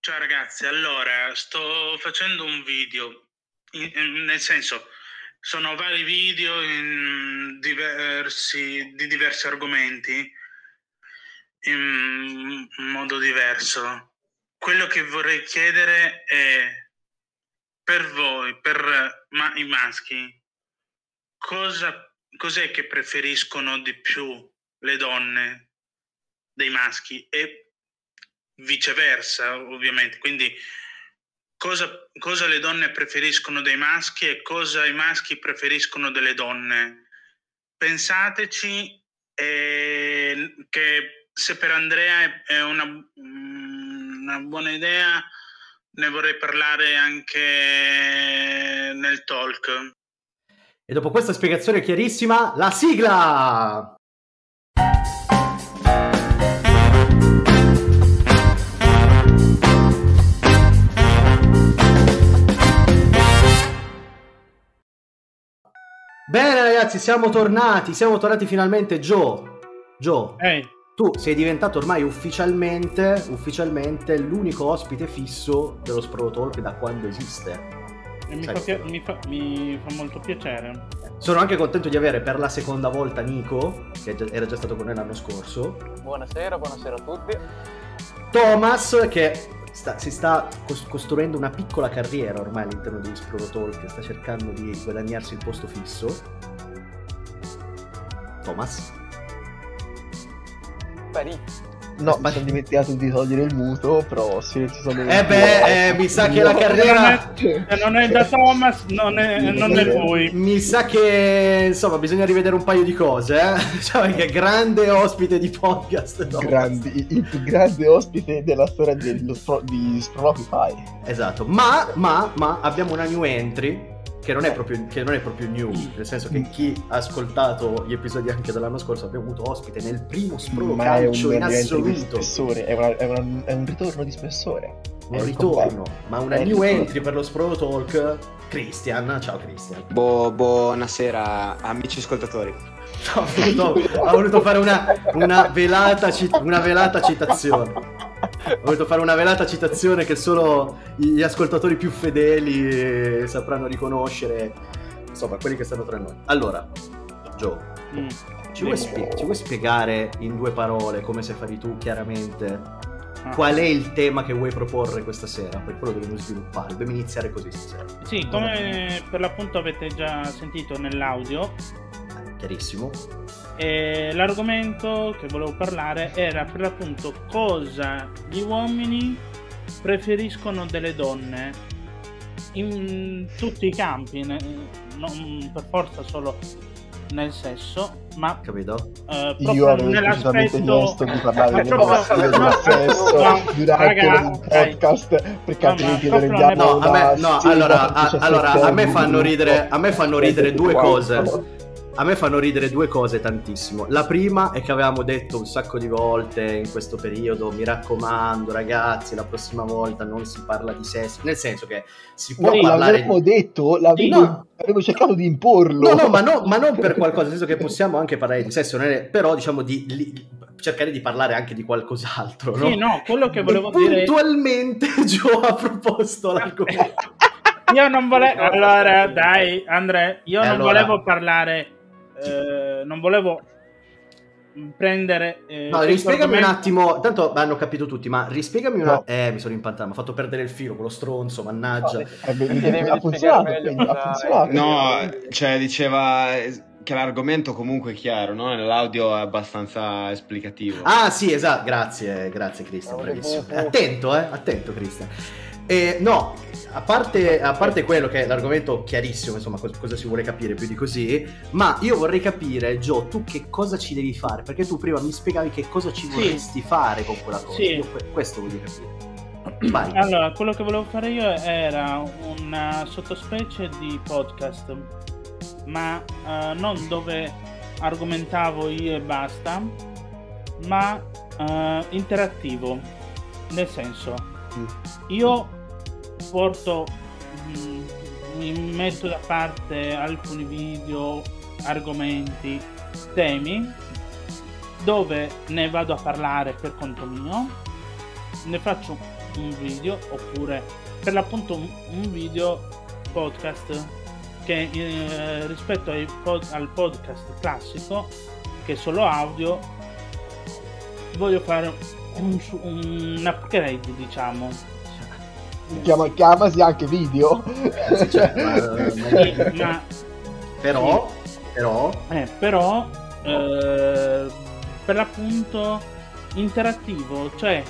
Ciao ragazzi, allora sto facendo un video, in- in- nel senso sono vari video in diversi- di diversi argomenti in modo diverso. Quello che vorrei chiedere è per voi, per ma- i maschi, cosa- cos'è che preferiscono di più le donne dei maschi e viceversa, ovviamente. Quindi cosa, cosa le donne preferiscono dei maschi e cosa i maschi preferiscono delle donne. Pensateci eh, che se per Andrea è, è una, mm, una buona idea, ne vorrei parlare anche nel talk. E dopo questa spiegazione chiarissima, la sigla! Bene ragazzi, siamo tornati, siamo tornati finalmente, Joe. Joe, Ehi, tu sei diventato ormai ufficialmente, ufficialmente l'unico ospite fisso dello Spro Talk da quando esiste. e mi, Sai fa pia- cosa? mi fa- mi fa molto piacere. Sono anche contento di avere per la seconda volta Nico, che già- era già stato con noi l'anno scorso, Buonasera, buonasera a tutti. Thomas che sta- si sta cos- costruendo una piccola carriera ormai all'interno di Sprolo Talk, sta cercando di guadagnarsi il posto fisso. Thomas? Parì. No, mi sono dimenticato di togliere il muto, però sì, ci sono... Eh beh, eh, mi sa che la carriera... Se Eh, non è da Thomas, non è, non è lui. Mi sa che insomma bisogna rivedere un paio di cose. Eh? Cioè, che grande ospite di podcast. Thomas. Grandi, il- il più grande ospite della storia dello spro- di Spronopify. Esatto, ma, ma, ma abbiamo una new entry che non, è proprio, che non è proprio new, nel senso che chi ha ascoltato gli episodi anche dell'anno scorso abbiamo avuto ospite nel primo sprolo Ma è un calcio in rientro di assoluto, spessore, è, una- è una- è un ritorno di spessore. un è un ritorno, compagno. ma una È un new ritorno. entry per lo sprolo talk, Christian, ciao Christian, Bo- Boh, buonasera amici ascoltatori. ha voluto, ha voluto fare una, una velata ci- una velata citazione. Ho voluto fare una velata citazione che solo gli ascoltatori più fedeli eh, sapranno riconoscere, insomma, quelli che stanno tra noi. Allora, Joe, Mm. ci vuoi, spie- ci vuoi spiegare in due parole, come sei fai tu chiaramente, Ah. qual è il tema che vuoi proporre questa sera? Per quello dobbiamo sviluppare, dobbiamo iniziare così stasera. Sì, come per l'appunto avete già sentito nell'audio, Chiarissimo. eh, l'argomento che volevo parlare era per l'appunto cosa gli uomini preferiscono delle donne in tutti i campi, ne- non per forza solo nel sesso, ma Capito? eh, Io proprio avevo decisamente chiesto nell'aspetto... di parlare delle proprio- maschere no, del sesso no, durante raga, un dai. podcast perché No, altrimenti ma proprio rendiamo No, a una me, no, stima allora, a, 17 allora, a me fanno anni. ridere, a me fanno ridere due Quanto? cose. A me fanno ridere due cose tantissimo. La prima è che avevamo detto un sacco di volte in questo periodo, mi raccomando ragazzi, la prossima volta non si parla di sesso, nel senso che si può No, parlare l'avremmo di... detto, l'avevo, Sì, no. avevo cercato di imporlo. No, no, ma, no, ma non per qualcosa, nel senso che possiamo anche parlare di sesso, non è- però diciamo di li- cercare di parlare anche di qualcos'altro, no? Sì, no, quello che volevo E dire... Puntualmente Gio ha proposto l'argomento. Io non volevo. Allora, dai, Andre, io E non allora? volevo parlare. eh, non volevo prendere. eh, No, questo rispiegami un argomento. attimo. Tanto hanno capito tutti, ma rispiegami una. No. Eh, mi sono impantato, mi ha fatto perdere il filo quello stronzo, mannaggia. Vabbè, Eh, beh, Perché devi ha spiegare funzionato, meglio quindi, ha cosa- funzionato. No, cioè diceva eh, che l'argomento comunque è chiaro, no? L'audio è abbastanza esplicativo. Ah, sì, esatto. Grazie, grazie, Cristian. No, Bravissimo. devo- Attento, eh, attento, Cristian. Eh, no, a parte, a parte quello che è l'argomento chiarissimo, insomma, cos- cosa si vuole capire più di così, ma io vorrei capire, Gio, tu che cosa ci devi fare? Perché tu prima mi spiegavi che cosa ci Sì. vorresti fare con quella cosa. Sì. Io que- questo voglio capire. Vai. Allora, quello che volevo fare io era una sottospecie di podcast, ma eh, non dove argomentavo io e basta, ma eh, interattivo. Nel senso, io porto, mh, mi metto da parte alcuni video, argomenti, temi, dove ne vado a parlare per conto mio, ne faccio un video oppure per l'appunto un, un video podcast che eh, rispetto ai pod- al podcast classico che è solo audio voglio fare un, su- un upgrade diciamo Chiama, chiamasi anche video. Sì, cioè, ma- Sì, ma Però, però, Eh, però eh, per l'appunto interattivo, cioè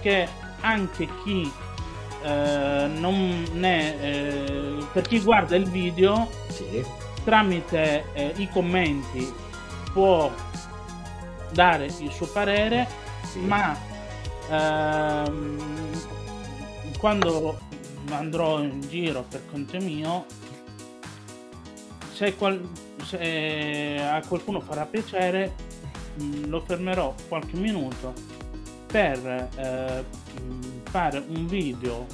che anche chi eh, non ne eh, per chi guarda il video sì, tramite eh, i commenti può dare il suo parere, sì. ma ehm, quando andrò in giro per conto mio, se, qual- se eh, a qualcuno farà piacere, mh, lo fermerò qualche minuto per eh, mh, fare un video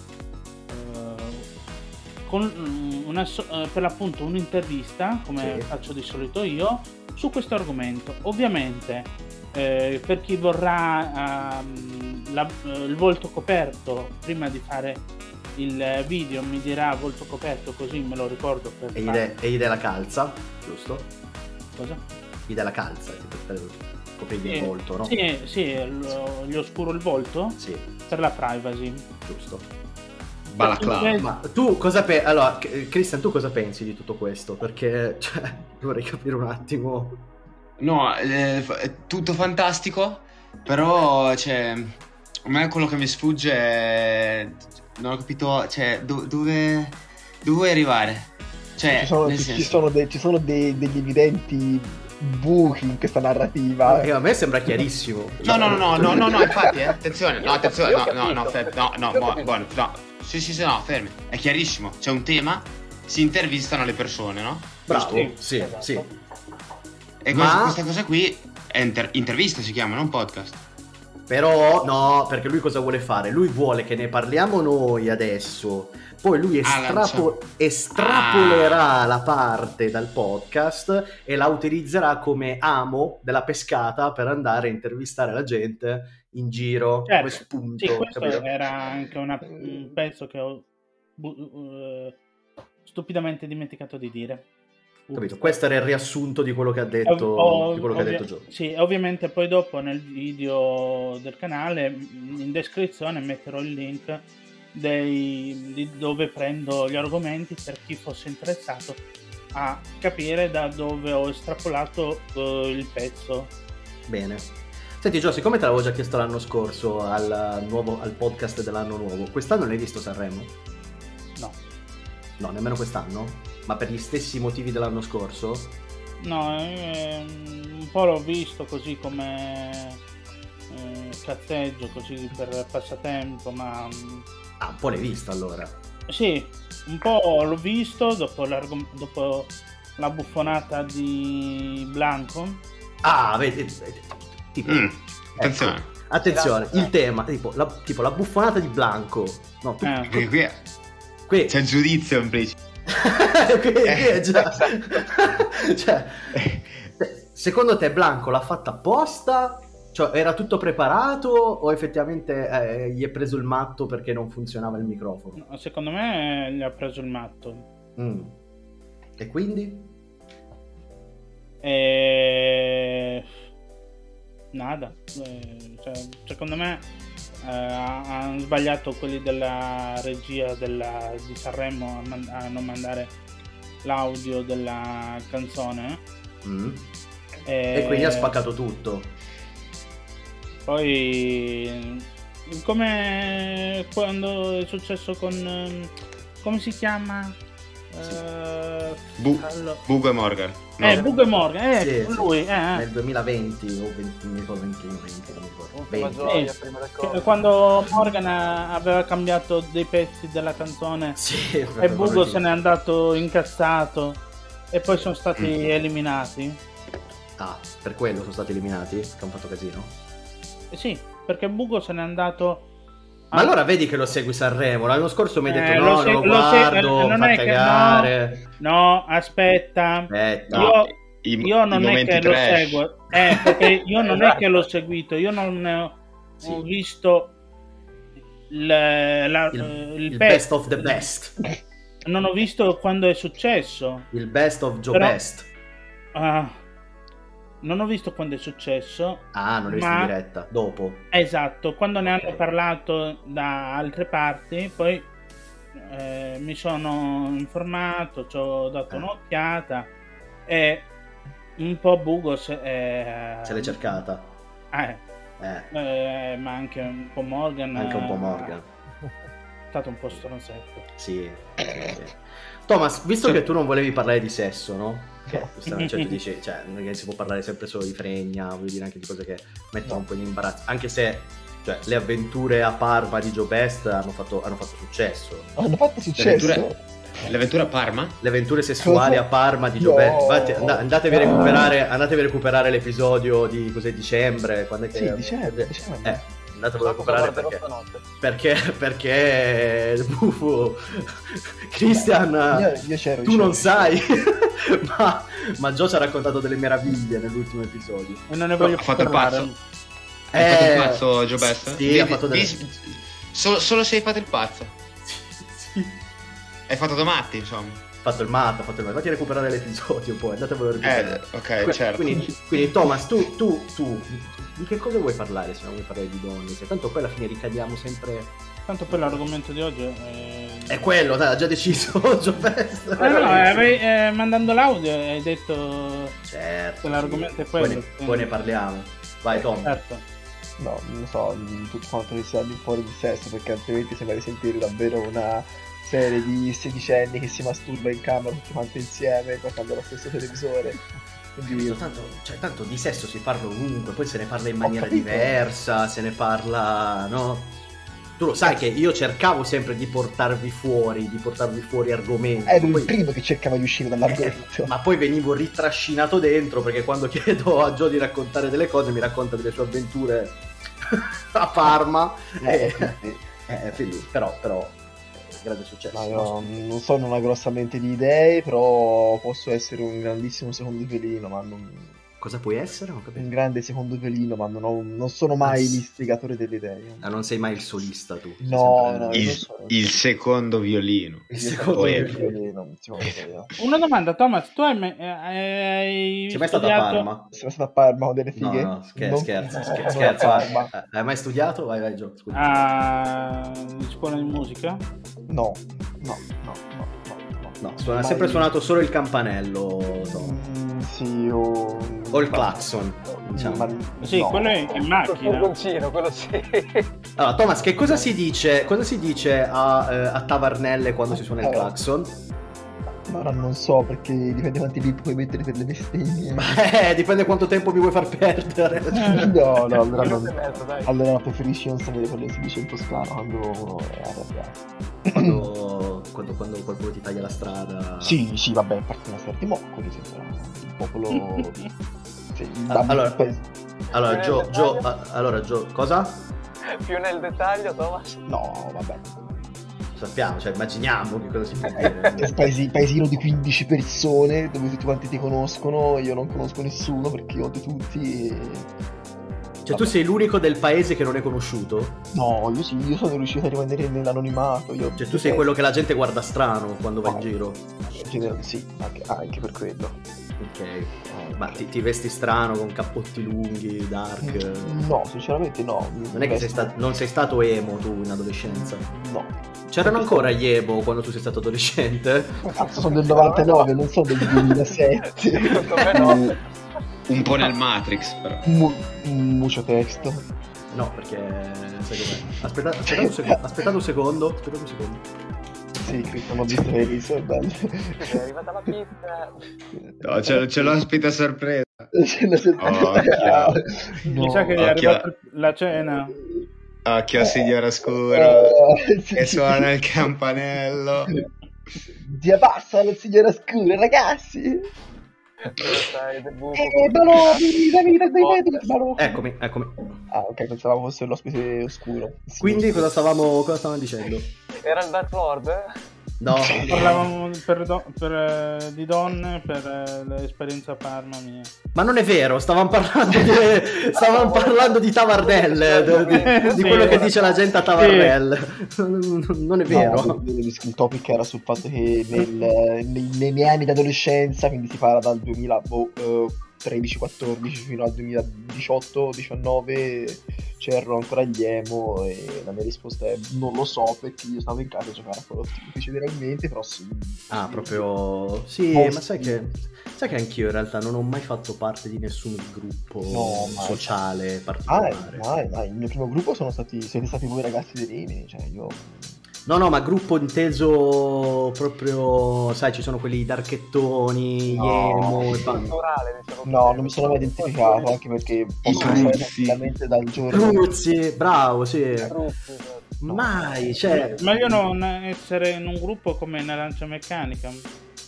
eh, con mh, una so- eh, per l'appunto un'intervista, come Sì. faccio di solito io, su questo argomento. Ovviamente eh, per chi vorrà ehm, la- eh, il volto coperto prima di fare il video mi dirà volto coperto così me lo ricordo per E gli, fare- dai- e gli dai la calza, giusto? cosa? Gli dai la calza, tipo, per coprirgli Sì, il volto, no? Sì, sì, lo- gli oscuro il volto Sì, per la privacy. giusto. Balaclava. Perché- Ma tu cosa pensi? Allora, eh, Christian, tu cosa pensi di tutto questo? Perché, cioè, vorrei capire un attimo. No, eh, fa- è tutto fantastico, però, cioè, a me quello che mi sfugge è... Non ho capito, cioè, do- dove... dove vuoi arrivare? Cioè, ci sono, eh, nel ci- ci senso- sono dei- ci sono dei- degli evidenti buchi in questa narrativa. Perché a me sembra chiarissimo. No, no, no, no, no, no, no, infatti, eh, attenzione, no, Io ho attenzione, no, capito, no, io ho no, fer- capito. no, no, Io ho buono, capito. buono, no, sì, sì, sì, no, fermi, è chiarissimo, c'è un tema, si intervistano le persone, no? Bravo, Sì, sì, esatto. sì. E Ma- questa, questa cosa qui è inter- intervista, si chiama, non podcast. Però no, perché lui cosa vuole fare? Lui vuole che ne parliamo noi adesso. Poi lui Ah, estrapo- estrapolerà la parte dal podcast e la utilizzerà come amo della pescata per andare a intervistare la gente in giro. Certo, Come spunto. Sì, questo capito? era anche una- un pezzo che ho bu- eh, stupidamente dimenticato di dire. Capito? Questo era il riassunto di quello che ha detto, Ov- di quello che ha ovvia- detto Gio. Sì, ovviamente poi dopo nel video del canale, mh, in descrizione, metterò il link dei- di dove prendo gli argomenti per chi fosse interessato a capire da dove ho estrapolato eh, il pezzo. Bene. Senti Gio, siccome te l'avevo già chiesto l'anno scorso al, nuovo, al podcast dell'anno nuovo, quest'anno l'hai visto Sanremo? No, No, nemmeno quest'anno? Ma per gli stessi motivi dell'anno scorso? no, ehm, un po' l'ho visto così come eh, cazzeggio, così per passatempo, ma... mm, mh, Ah, un po' l'hai vista allora. Sì, un po' l'ho visto dopo, l'argom- dopo la buffonata di Blanco. Ah, vedi, vedi, tipo, ecco, Mm, attenzione, attenzione, il tema, tipo la, tipo la buffonata di Blanco. No, tu, Eh, perché qui è- qui, c'è giudizio implicito. qui- qui è già... cioè, Eh, se- secondo te Blanco l'ha fatta apposta? Cioè, era tutto preparato o effettivamente eh, gli è preso il matto perché non funzionava il microfono? no, secondo me gli ha preso il matto. Mm. E quindi? E... Nada. Eh, cioè, secondo me eh, ha- hanno sbagliato quelli della regia della- di Sanremo a, man- a non mandare l'audio della canzone. Mm. Eh, E quindi ha spaccato tutto. Poi come quando è successo con ehm, come si chiama? Eh, Bu- allo- Bugo e Morgan. No. eh, Bugo e Morgan, eh, Sì, con sì. lui, eh, eh. Nel 2020 o 20, mi ricordo 21, 20, non mi ricordo. Ultima 20. gioia, Sì. prima del Che- Covid. Quando Morgan ha- aveva cambiato dei pezzi della canzone Sì, e Bugo se n'è andato incazzato e poi sono stati Mm. eliminati. Ah, per quello sono stati eliminati? Che hanno fatto casino? Eh sì, perché Bugo se n'è andato Ma allora vedi che lo segui Sanremo. L'anno scorso mi hai detto Eh, no, lo se- non lo lo se- eh, guardo, non fa è che- cagare. No, Eh, aspetta. Aspetta. Io- i, Io i non è momenti che lo trash. seguo, Esatto. eh, perché io non è che l'ho seguito, io non ne ho ho Sì. visto il, la- Il- eh, il pe- Il best of the best. Non ho visto quando è successo. Il best of Joe Però- Best. Ah, non ho visto quando è successo. Ah, non l'hai visto Ma- in diretta. Dopo. Esatto, quando ne hanno Ok. parlato da altre parti, poi eh, mi sono informato, ci ho dato Ah. un'occhiata e un po' Bugos eh, Se l'hai cercata. eh, Eh, eh, ma anche un po' Morgan anche un po' Morgan. è stato un po' stronzetto Sì. sì, sì. Thomas, visto Sì. che tu non volevi parlare di sesso, no? Che No. giustamente, cioè, tu dici, cioè, non è che si può parlare sempre solo di fregna, voglio dire anche di cose che mettono un po' in imbarazzo. Anche se, cioè, le avventure a Parma di Joe Best hanno fatto, hanno fatto successo. Hanno fatto successo. Addirittura- L'avventura a Parma? Le avventure sessuali a Parma di Joe No. Best. Infatti, and- andatevi, a Ah. recuperare, andatevi a recuperare l'episodio di cos'è dicembre. Quando è che... Sì, dicembre, dicembre. Eh, andatevelo a Lo recuperare guarderò perché... stanotte. Perché, perché il buffo Christian, Io, io c'ero. tu io non c'ero. sai, ma, ma Gio ci ha raccontato delle meraviglie nell'ultimo episodio. e non ne Però voglio ha più fatto il parlare. pazzo. Hai fatto Eh, il pazzo, Joe Best? Sì, Di- ha fatto di- delle... solo, solo se hai fatto il pazzo. Sì, Hai fatto domatti, insomma. ha fatto il matto, ha fatto il matto. Infatti recuperare l'episodio poi, andatevelo a Eh, recuperare. Esatto. ok, Que- certo. quindi, quindi, Thomas, tu, tu, tu, di che cosa vuoi parlare se non vuoi parlare di donne? Cioè, tanto poi alla fine ricadiamo sempre... tanto poi l'argomento di oggi è, È quello, dai, ha già deciso Gio Best. Eh no, eh, avevi- eh, mandando l'audio hai detto Certo. Se l'argomento sì. è quello, Poi ne, quindi- poi ne parliamo. Vai, Tom. certo No, non lo so, di tutto quanto che sia al di fuori di sesso, perché altrimenti sembra di sentire davvero una serie di sedicenni che si masturba in camera tutti quanti insieme, guardando lo stesso televisore. Quindi Capito? Tanto, cioè, tanto di sesso si parla ovunque, poi se ne parla in maniera capito. diversa, se ne parla, no? Tu lo sai che io cercavo sempre di portarvi fuori, di portarvi fuori argomenti. ero poi- il primo che cercava di uscire dall'argomento. Eh, ma poi venivo ritrascinato dentro perché quando chiedo a Gio di raccontare delle cose mi racconta delle sue avventure a Parma. e, eh, quindi, però, però, eh, grande successo. Ma io non sono una grossa mente di idee, però posso essere un grandissimo secondo violino, ma non... Cosa puoi essere? Non un capisco. grande secondo violino, ma non, ho- non sono mai Sì. l'istigatore delle idee. Ah, non sei mai il solista tu. sei No, sempre- no, io non Il, so. il secondo violino. Il Io secondo sono me. il violino, il secondo violino. una domanda Thomas tu hai, me- eh, hai Sei mai stato a studiato- Parma? Sono stato a Parma con delle No, fighe. no, scher- Non- scherzo, no, scher- no, scherzo. a vai. Parma. Eh, Hai mai studiato? Vai, vai, Gio. Ah, scusa. a scuola di musica No, no, no, no, no. no. No, suona- Mai- sempre suonato solo il campanello, Tom. Mm, sì, o... O il clacson, diciamo. sì no. quello è in Col macchina furgoncino, quello sì. Allora, Thomas, che cosa si dice, cosa si dice a, eh, a Tavernelle quando si suona il Allora. clacson? Ora non so perché dipende quanti bip puoi mettere per le bestemmie. Eh, dipende quanto tempo mi vuoi far perdere. No, no, allora Quello e non... mezzo, dai. Allora preferisci non sapere quello che si dice in toscano quando uno è arrabbiato. quando, quando, quando qualcuno ti taglia la strada. Sì, sì, vabbè, parte una sorta di mocco, mi sembra. Un popolo... sì, Ah, da- allora. poi- Allora, Gio, Gio, a- allora, Gio, cosa? Più nel dettaglio, Thomas. No, vabbè. Sappiamo, cioè, immaginiamo che cosa si può dire. È un Eh, paesi- paesino di 15 persone dove tutti quanti ti conoscono, io non conosco nessuno perché odio tutti. e- Cioè, tu sei l'unico del paese che non è conosciuto? No, io sì, io sono riuscito a rimanere nell'anonimato. Io Cioè, tu sei quello che la gente guarda strano quando va in Ah. giro? che... Sì, anche, anche per quello. Ok. Oh, Eh, Ma ti, ti vesti strano con cappotti lunghi, dark. No, sinceramente no. Non è che sei sta- non sei stato emo tu in adolescenza. No. C'erano ancora gli emo quando tu sei stato adolescente? Cazzo, sono del 99, non so del 2007. Eh, Secondo me no. Eh. Un po' nel Matrix, però. Mu- mucho testo. No, perché. Sai com'è? Aspetta, aspettate un secondo. Aspettate un secondo. Aspettate un secondo. Sì, Cristo, non ho visto le riso, bello. È arrivata la pizza. No, c'è, c'è l'ospite a sorpresa. Se la Oh, sentita. mi sa che gli è occhio. arrivata la cena Occhio, signora scuro. Eh, sì, Che sì. suona il campanello. Zia passa la signora scura, ragazzi. Sai, del buco. Eh, Balò, vieni, dammi, dai, dai, dai, Balò. Eccomi, eccomi. Ah, ok, pensavo fosse l'ospite oscuro. Sì. Quindi cosa stavamo, cosa stavamo dicendo? Era il Dark Lord? eh? No, Parlavamo per do- per, eh, di donne per eh, l'esperienza a Parma mia. ma non è vero, stavamo parlando di, stavamo parlando di Tavardelle, di, di Sì. quello che dice la gente a Tavardelle. Non è vero. No, il topic era sul fatto che nel- nei, nei miei anni di adolescenza, quindi si parla dal boh, 2013-14 fino al 2018-19, c'erano ancora gli emo e la mia risposta è non lo so perché io stavo in casa a giocare a Call of Duty generalmente, però sì. Ah, proprio. Sì, Posti. ma sai che. Sai che anch'io in realtà non ho mai fatto parte di nessun gruppo No, mai. sociale Ah, particolare. mai, mai. Il mio primo gruppo sono stati, siete stati voi ragazzi dei Rene, cioè io... No, no, ma gruppo inteso proprio. Sai, ci sono quelli darchettoni, No. emo e bam. Culturale, diciamo così. No, non mi sono mai identificato, anche perché posso Bruzzi. stare tranquillamente dal giorno... Bruzzi, bravo, sì. Gruppi, esatto. Mai, cioè. Meglio non essere in un gruppo come una lancia meccanica.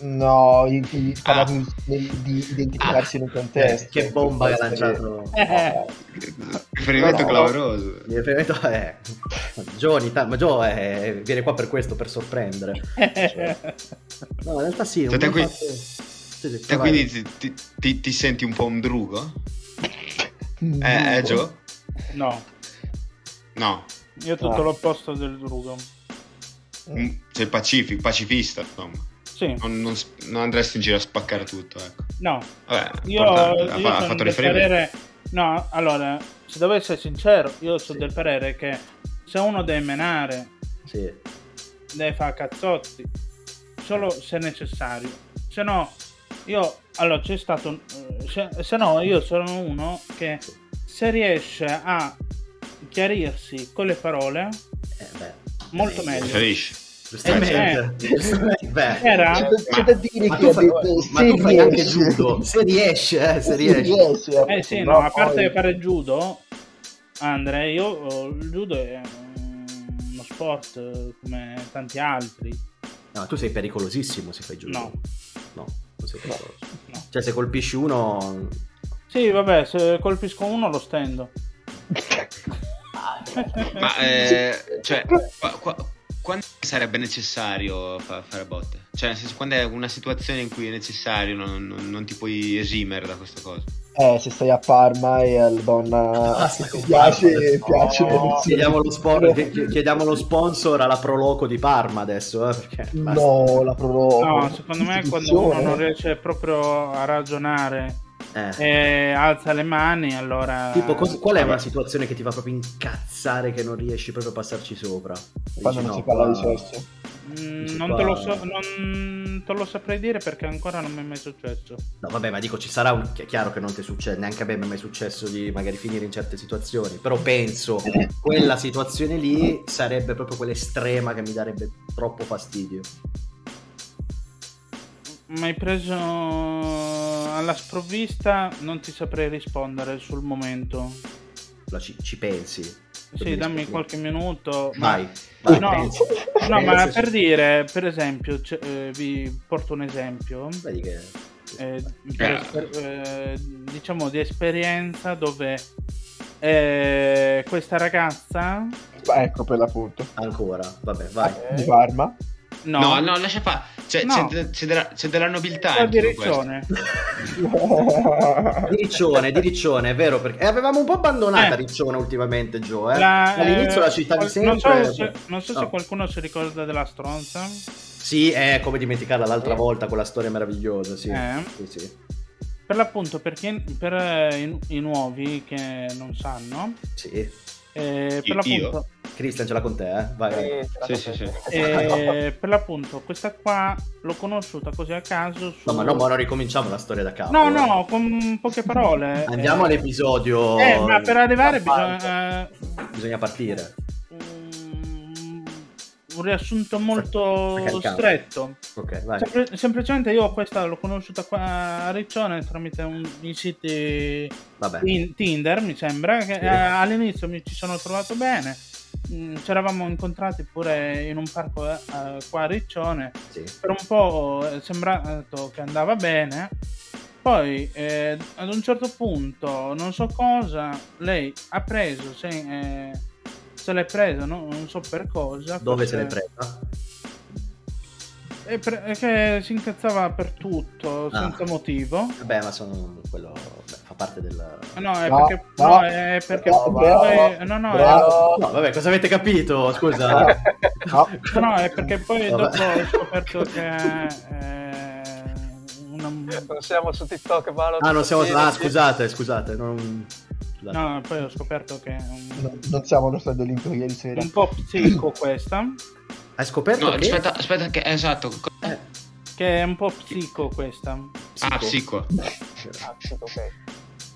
No, io ti parlavo di, di identificarsi in un eh, contesto. Ah. che bomba che ha Essere- lanciato. Eh, Riferimento No. clamoroso. Mi riferimento è. Johnny, ta- ma Gio eh, viene qua per questo, per sorprendere. No, in realtà sì. Cioè, te non qui- fate- Sì, sì, Te vai. quindi ti- ti, ti- ti senti un po' un drugo? Eh, eh, Gio? no, No, io tutto Ah. l'opposto del drugo. Mm. sei pacifico, pacifista, insomma. Sì, Non, non s- non andresti in giro a spaccare tutto, ecco. no, Vabbè, io, importante, io ha, fa- ha sono fatto del riferimento. parere... No, allora, se devo essere sincero, io sono del parere che se uno deve menare, Sì. deve fare cazzotti, solo se necessario. Se no, io... Allora, c'è stato... un- eh, Se, se no, io sono uno che se riesce a chiarirsi con le parole, Eh, beh. molto meglio. Riferisci. Giustamente. Eh. Giustamente. Beh. Era... C'è, da- c'è da dire Ma che tu ha fai, detto, ma tu se fai anche riesci- giusto. Se riesci, eh, se riesci. Eh sì, no, appunto, a parte poi- fare judo, Andrea, io oh, il judo è mm, uno sport eh, come tanti altri. No, tu sei pericolosissimo se fai giusto. No. No, non sei pericoloso. No. Cioè, se colpisci uno... Sì, vabbè, se colpisco uno lo stendo. Ma, eh, cioè, qua- qua- quando sarebbe necessario fa- fare botte? Cioè, nel senso, quando è una situazione in cui è necessario, non, non- non ti puoi esimere da questa cosa. Eh, se stai a Parma eh, e alla Ah, donna Basta con piace, Parma. piace No, non si- Chiediamo lo, spon- chi- chi- chiediamo lo sponsor alla Proloco di Parma adesso, eh, perché... basta. No, la eh, prologo. No, secondo me quando uno non riesce proprio a ragionare Eh. e alza le mani, allora... Tipo, cos- qual è una situazione che ti fa proprio incazzare che non riesci proprio a passarci sopra? Quando Dici, non si no, parla di qua- sesso. Mm, Dici non, qua- te lo so- non te lo saprei dire perché ancora non mi è mai successo. No, vabbè, ma dico, ci sarà un... È chiaro che non ti succede, neanche a me mi è mai successo di magari finire in certe situazioni, però penso quella situazione lì sarebbe proprio quell'estrema che mi darebbe troppo fastidio. Mi hai preso alla sprovvista, non ti saprei rispondere sul momento. La ci, ci pensi? Sì, dammi qualche minuto. ma- Vai, Eh, vai, No. pensi. No, ma Pensaci. per dire, per esempio, c'è- eh, vi porto un esempio. Vedi che... eh, per esper- eh, diciamo di esperienza dove eh, questa ragazza Ecco per l'appunto. Ancora, vabbè, vai. Eh. Di Parma. no, No, no, lascia fare. Cioè, No. C'è, c'è della, c'è della nobiltà. la in tutto questo. direzione Di Riccione, di Riccione, è vero, perché eh, avevamo un po' abbandonata Eh. Riccione ultimamente, Gio, eh. La- All'inizio eh, la citavi non sempre. so se, non so se No. qualcuno si ricorda della stronza Sì, è come dimenticarla l'altra volta, quella storia meravigliosa, sì. Eh. Sì, sì. per l'appunto perché per eh, i, i nuovi che non sanno Sì. eh, per Io- io? l'appunto Cristian ce l'ha con te, eh? Vai, vai. Sì, sì, sì. Eh, per l'appunto, questa qua l'ho conosciuta così a caso. Su... No, ma no, ma non ricominciamo la storia da capo. no, eh. no, con poche parole. Andiamo Eh, all'episodio. eh, ma per arrivare Avanti. bisogna. eh, Bisogna partire. un- un riassunto molto Sta caricando. stretto. Ok, vai. Sempl- semplicemente io questa l'ho conosciuta qua a Riccione tramite un, i siti Vabbè. in- Tinder, mi sembra. Che, Sì. eh, all'inizio mi ci sono trovato bene. Mm, Ci eravamo incontrati pure in un parco eh, qua a Riccione Sì. per un po' è sembrato che andava bene. Poi eh, ad un certo punto, non so cosa, lei ha preso, se, eh, se l'è presa, no- non so per cosa. Dove forse- se l'è presa? e pre- e che si incazzava per tutto, Ah. senza motivo. Vabbè, ma sono quello. beh, fa parte del. Ah, No, è No, perché... no, No, è perché... no, poi- bravo, no, no, bravo. No, vabbè, cosa avete capito? Scusa. No. è- no, è perché poi Vabbè. dopo ho scoperto che... eh, una- Non siamo su TikTok, Paolo. Ah, non siamo. Sì, Ah, sì. scusate, scusate. Non... scusate. No, poi ho scoperto che è un, No, non siamo allo stadio olimpico ieri sera. un po' psico questa. Hai scoperto? No, che- aspetta, aspetta, che esatto. co- Che è un po' psico questa. Ah, psico. Ah, sì, ok.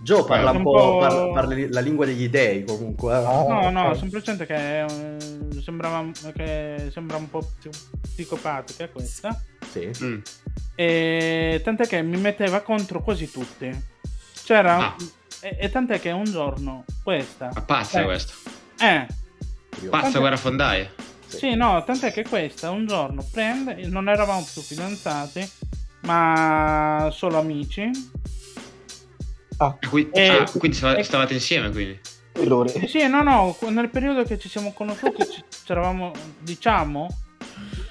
Gio parla un Un po'. po'- Parla, parla la lingua degli dei, comunque. eh. Ah, No, no, ok. semplicemente che è un- sembrava che sembra un po' psi- psicopatica questa. Sì. Mm. E tant'è che mi metteva contro quasi tutti. C'era Ah. e, e tant'è che un giorno questa Ma pazza Eh. questo. eh Pazza guerra fondaia. Sì, no, tant'è che questa un giorno prende, non eravamo più fidanzati, ma solo amici. Ah, qui- Eh. ah, quindi stava- Eh. stavate insieme quindi. Errore. Sì, Eh Sì, no, no, nel periodo che ci siamo conosciuti ci- c'eravamo, diciamo,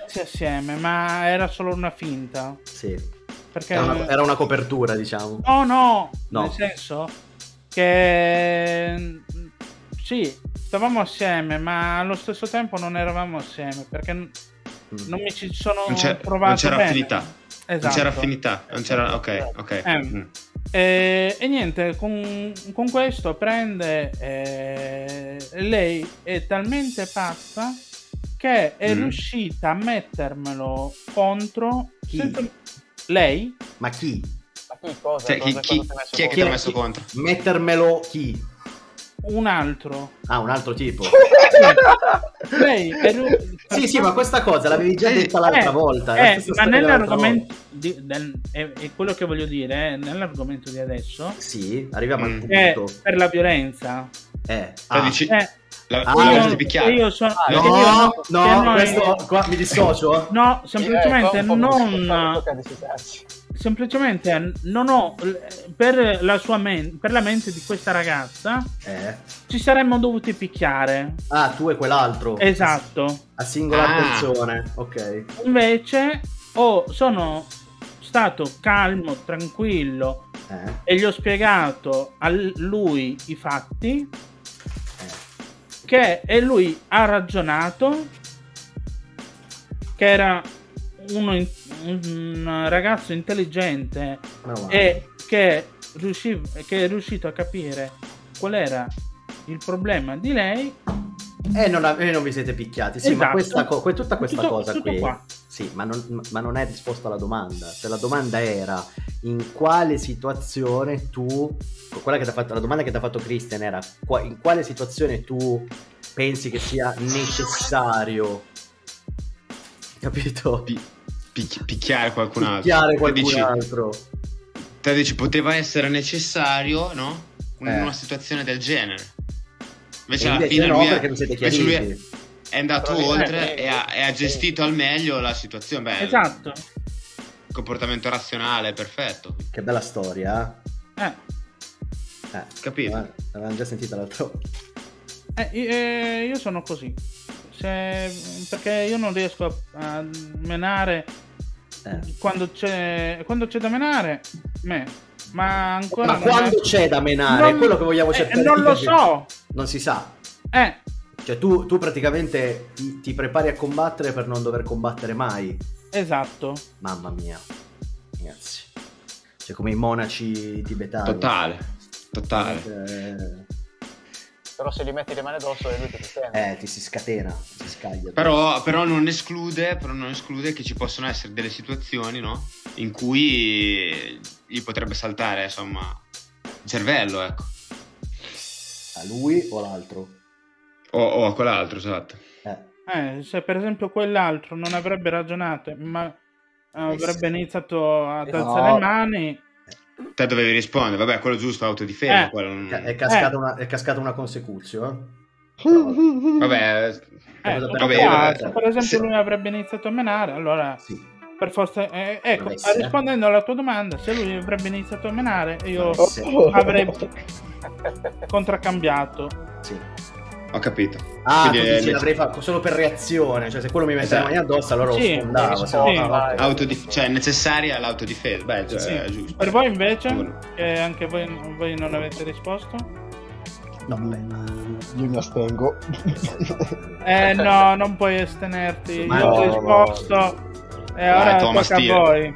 messi assieme, ma era solo una finta. Sì. Perché... Era una, era una copertura, diciamo. No, no, No. nel senso che mm, sì, stavamo assieme, ma allo stesso tempo non eravamo assieme perché n- Mm. non mi ci sono Non c'è- trovato non c'era bene. affinità. Esatto. Non c'era affinità, non c'era. Ok, ok. Eh. Mm. E, e niente, con, con questo prende eh, lei è talmente pazza che è Mm. riuscita a mettermelo contro Chi? senza- lei. Ma chi? Ma chi cosa? Cioè, cosa, chi, chi, cosa ti chi hai è che l'ha messo messo contro? Mettermelo chi? Un altro, Ah, un altro tipo. lei è ru- sì, sì, ma questa cosa l'avevi già Eh, detta l'altra Eh, volta. eh, la stessa ma storia dell'altra nell'argomento di- del- è, è quello che voglio dire eh, nell'argomento di adesso volta. Sì, arriviamo Mm. al è punto. per la violenza Eh, La ah. Cioè, dici- Eh, la, Ah, la io- volete picchiare? io sono Ah, No, che io- no, che noi- questo qua mi dissocio. no, Eh, semplicemente fa un po' come si fa, non tocca decisarci. semplicemente non ho per la sua men- per la mente di questa ragazza Eh. ci saremmo dovuti picchiare Ah, tu e quell'altro. esatto A singola Ah. attenzione. Ok. Eh, invece oh, sono stato calmo tranquillo e Eh, gli ho spiegato a lui i fatti eh. che e lui ha ragionato che era uno in- un ragazzo intelligente Meno male. e che, riusciv- che è riuscito a capire qual era il problema di lei Eh, non, av- eh, non vi siete picchiati. Sì, ma Esatto. questa co- que- tutta questa Tutto- cosa tutto qui. qua. Sì, ma non, ma non è risposta alla domanda. Cioè, la domanda era in quale situazione tu. Quella che t'ha fatto, la domanda che ti ha fatto Christian era qua- in quale situazione tu pensi che sia necessario. Capito? Pi- picchi- picchiare qualcun altro. Picchiare Te qualcun dici- altro. te dici, poteva essere necessario, no? In Eh. una situazione del genere. Invece, E alla invece fine no, lui, perché è, non siete invece lui è- chiariti. è andato Però, eh, oltre eh, e ha, e ha eh. gestito al meglio la situazione. Beh, esatto comportamento razionale, perfetto. Che bella storia. Eh, eh. Eh, Capito? eh, L'avevamo già sentita l'altro. eh, i- eh, io sono così Se- perché io non riesco a, a menare Eh. quando c'è, quando c'è da menare, me. Ma ancora. Ma non è- quando c'è da menare? Non- È quello che vogliamo eh, cercare. non di lo capire. so. Non si sa. Eh, Cioè, tu, tu praticamente ti, ti prepari a combattere per non dover combattere mai. esatto. Mamma mia, ragazzi. Cioè, come i monaci tibetani. Totale, totale. Eh, Però se gli metti le mani addosso è lui che ti sente. eh, ti si scatena, si scaglia. Però, però non esclude, però non esclude che ci possono essere delle situazioni, no? In cui gli potrebbe saltare, insomma, il cervello, ecco. A lui o all'altro. O, o a quell'altro, esatto. Eh, Eh, se per esempio quell'altro non avrebbe ragionato, ma avrebbe Eh sì. iniziato ad No. alzare le mani, Te dovevi rispondere, vabbè, quello giusto, autodifesa, Eh. quello non- ca- è, cascata una, è cascata una consecuzione. Vabbè, eh, cosa tutto per- qua, vabbè, se per esempio se- lui avrebbe iniziato a menare, allora eh? Sì, per forza. eh, ecco, Dovesse. rispondendo alla tua domanda, se lui avrebbe iniziato a menare, io Oh. Dovesse. avrei contraccambiato. sì. Ho capito. Ah, tu Quindi è dici, le- l'avrei fatto solo per reazione, cioè se quello mi metteva Esatto. la mani addosso allora lo Sì, sfondavo. sì, cioè, sì. ah, ok. Autodif- cioè, è necessaria l'autodifesa. Beh, cioè, Sì. è giusto. Per voi invece, Uno. che anche voi, voi non avete risposto? No, beh, ma- Io mi astengo. Eh no, non puoi astenerti. Ma Io ho no, risposto e Vai, ora Thomas, tocca tira. a voi.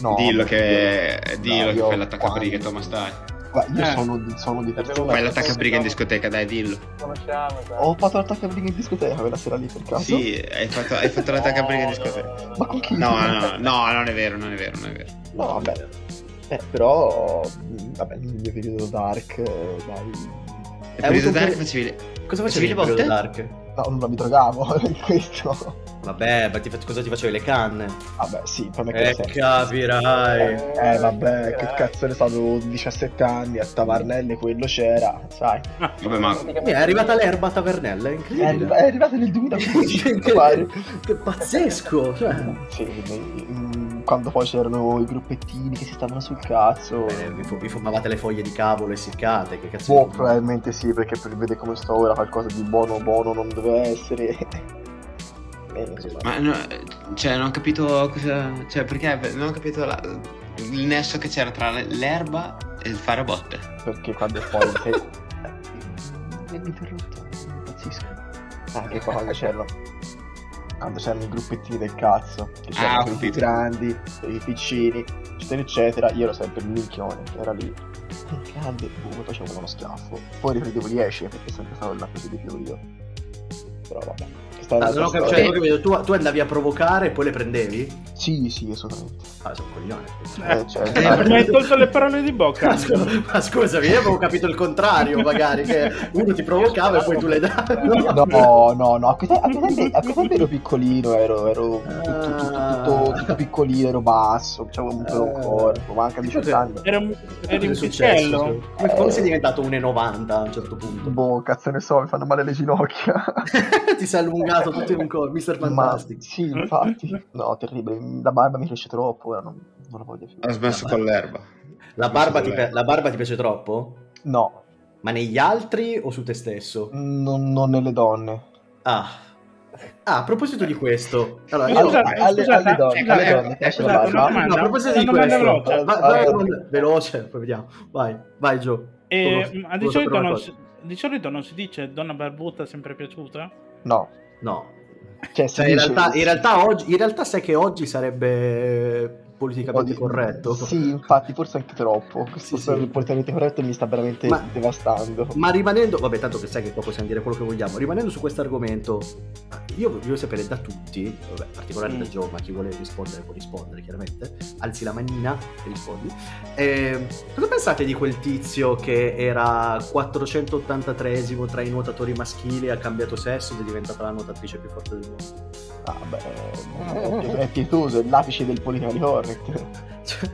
No, dillo ma- che, dillo No, che io- fai l'attaccabriga, Thomas, dai. Guarda, io Eh. sono, di- sono di persona. Fai la- l'attaccabriga in discoteca, dai, dillo. Conosciamo, esatto. Oh, Ho fatto l'attaccabriga in discoteca quella sera lì per caso. Sì, hai fatto, hai fatto l'attaccabriga in discoteca. Ma con chi? No, no, no, no, non è vero, non è vero, non è vero. No, vabbè. Eh, però. mh, Vabbè, il mio periodo dark, eh, dai. Hai E per avuto un Dark per- facevi le- Cosa facevi Facevi le in periodo botte? Dark? No, non mi drogavo, questo. Vabbè, ma ti fa- cosa ti facevi? Le canne? Vabbè, sì, per me che Eh, capirai. Eh, vabbè, che cazzo ne so, avevo 17 anni, a Tavernelle quello c'era, sai. Vabbè, ma Mi Eh, è arrivata l'erba a tavernella, è È, arri- è incredibile. arrivato nel 2015, Che- pare. Che pazzesco, cioè. Sì, quindi, mm, quando poi c'erano i gruppettini che si stavano sul cazzo. Eh, vi, fu- vi fumavate le foglie di cavolo essiccate, che cazzo. Boh, probabilmente sì, perché per vedere come sto ora qualcosa di buono buono non doveva essere. Eh, insomma. Ma no, cioè, non ho capito cosa. Cioè, perché non ho capito la- il nesso che c'era tra l'erba e il fare botte. perché quando poi te... mi mi interrotto impazzisco anche qua quando Ah, c'erano quando c'erano i gruppettini del cazzo che c'erano Ah, ho quelli più capito. grandi i piccini eccetera eccetera io ero sempre il minchione era lì il grande boom poi facevo uno schiaffo poi riprendevo 10 perché sempre stavo là preso di più io però vabbè questa Ah, è un'altra non ho cap- storia. cioè, non ho capito, tu, tu andavi a provocare e poi le prendevi? sì sì assolutamente Ah, sono un coglione. eh, cioè, Eh, Mi hai tolto le parole di bocca. Ma scu- Ma scusami, io avevo capito il contrario, magari, che uno ti provocava e poi tu le davi. No, no, no, a quei te- a quei tempi, a quei tempi ero piccolino, ero, ero tutto, tutto- tutto- tutto piccolino, ero basso, avevo un pelo corpo, ma anche a 18 anni. Era un, eri Che un è successo? piccello. Come, come sei diventato 1,90 a un certo punto? Boh, cazzo ne so, mi fanno male le ginocchia. ti sei allungato tutto in un corpo, Mr. Ma Fantastic. sì, infatti. No, terribile, la barba mi cresce troppo, ora non, non la voglio più. Ho smesso Vabbè. con l'erba. La barba, ti, pe- la barba ti piace troppo? No, Ma negli altri o su te stesso? non, non nelle donne. Ah. Ah, a proposito di questo, allora, Ma io- Allora, scusate, alle- scusate, alle donne, ecco, alle ecco, donne, piace la scusate, barba? una domanda, no, a proposito di una domanda questo, veloce. vai, vai con- veloce, poi vediamo. Vai, vai, Gio. E, Tu lo- Eh, ma tu di lo saprai solito, una non cosa. si, di solito non si dice donna barbuta sempre piaciuta? No, No. cioè, si Cioè, in, dice- realtà, in, realtà oggi, in realtà sai che oggi sarebbe eh, politicamente corretto. Sì, infatti, forse anche troppo. Questo Sì, sì. politicamente corretto mi sta veramente Ma- devastando. Ma rimanendo, vabbè, tanto che sai che qua possiamo dire quello che vogliamo, rimanendo su questo argomento, ah, io voglio sapere da tutti, vabbè, in particolare Mm. da Gio, ma chi vuole rispondere può rispondere chiaramente, alzi la manina e rispondi. Eh, cosa pensate di quel tizio che era 483esimo tra i nuotatori maschili, ha cambiato sesso ed è diventata la nuotatrice più forte del mondo? Ah, beh, è, è pietoso, è l'apice del politically correct. Cioè,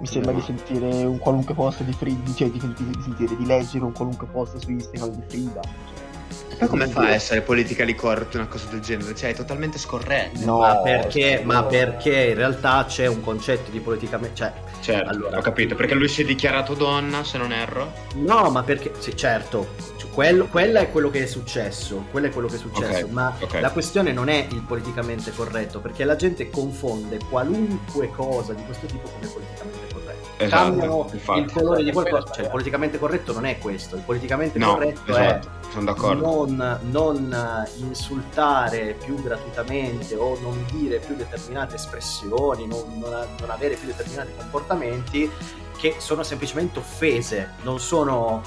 Mi sembra di sentire un qualunque post di Frida, cioè di, sentire, di sentire, di leggere un qualunque post su Instagram di Frida. Poi come fa a essere politically correct una cosa del genere? Cioè, è totalmente scorretto. No, ma, perché, ma perché in realtà c'è un concetto di politicamente... Cioè, Certo, Allora. ho capito, perché lui si è dichiarato donna, se non erro. No, ma perché? Sì, certo, cioè, quello, quello è quello che è successo, quello è quello che è successo, Ok, ma ok. la questione non è il politicamente corretto, perché la gente confonde qualunque cosa di questo tipo come politicamente corretto. esatto, Cambiano il colore di qualcosa, cioè il politicamente corretto non è questo, il politicamente No, corretto esatto, è sono d'accordo. non, non, eh, insultare più gratuitamente o non dire più determinate espressioni, non, non a- non avere più determinati comportamenti che sono semplicemente offese, non sono,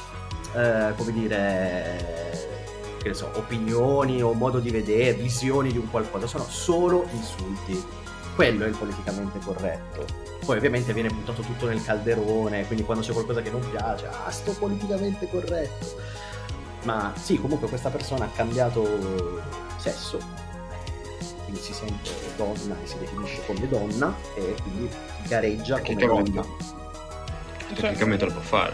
eh, come dire, che ne so, opinioni o modo di vedere, visioni di un qualcosa, sono solo insulti. Quello è il politicamente corretto. Poi ovviamente viene buttato tutto nel calderone, quindi quando c'è qualcosa che non piace, ah, sto politicamente corretto. Ma sì, comunque questa persona ha cambiato sesso, quindi si sente donna e si definisce come donna e quindi gareggia come Praticamente. donna. Tecnicamente lo può fare.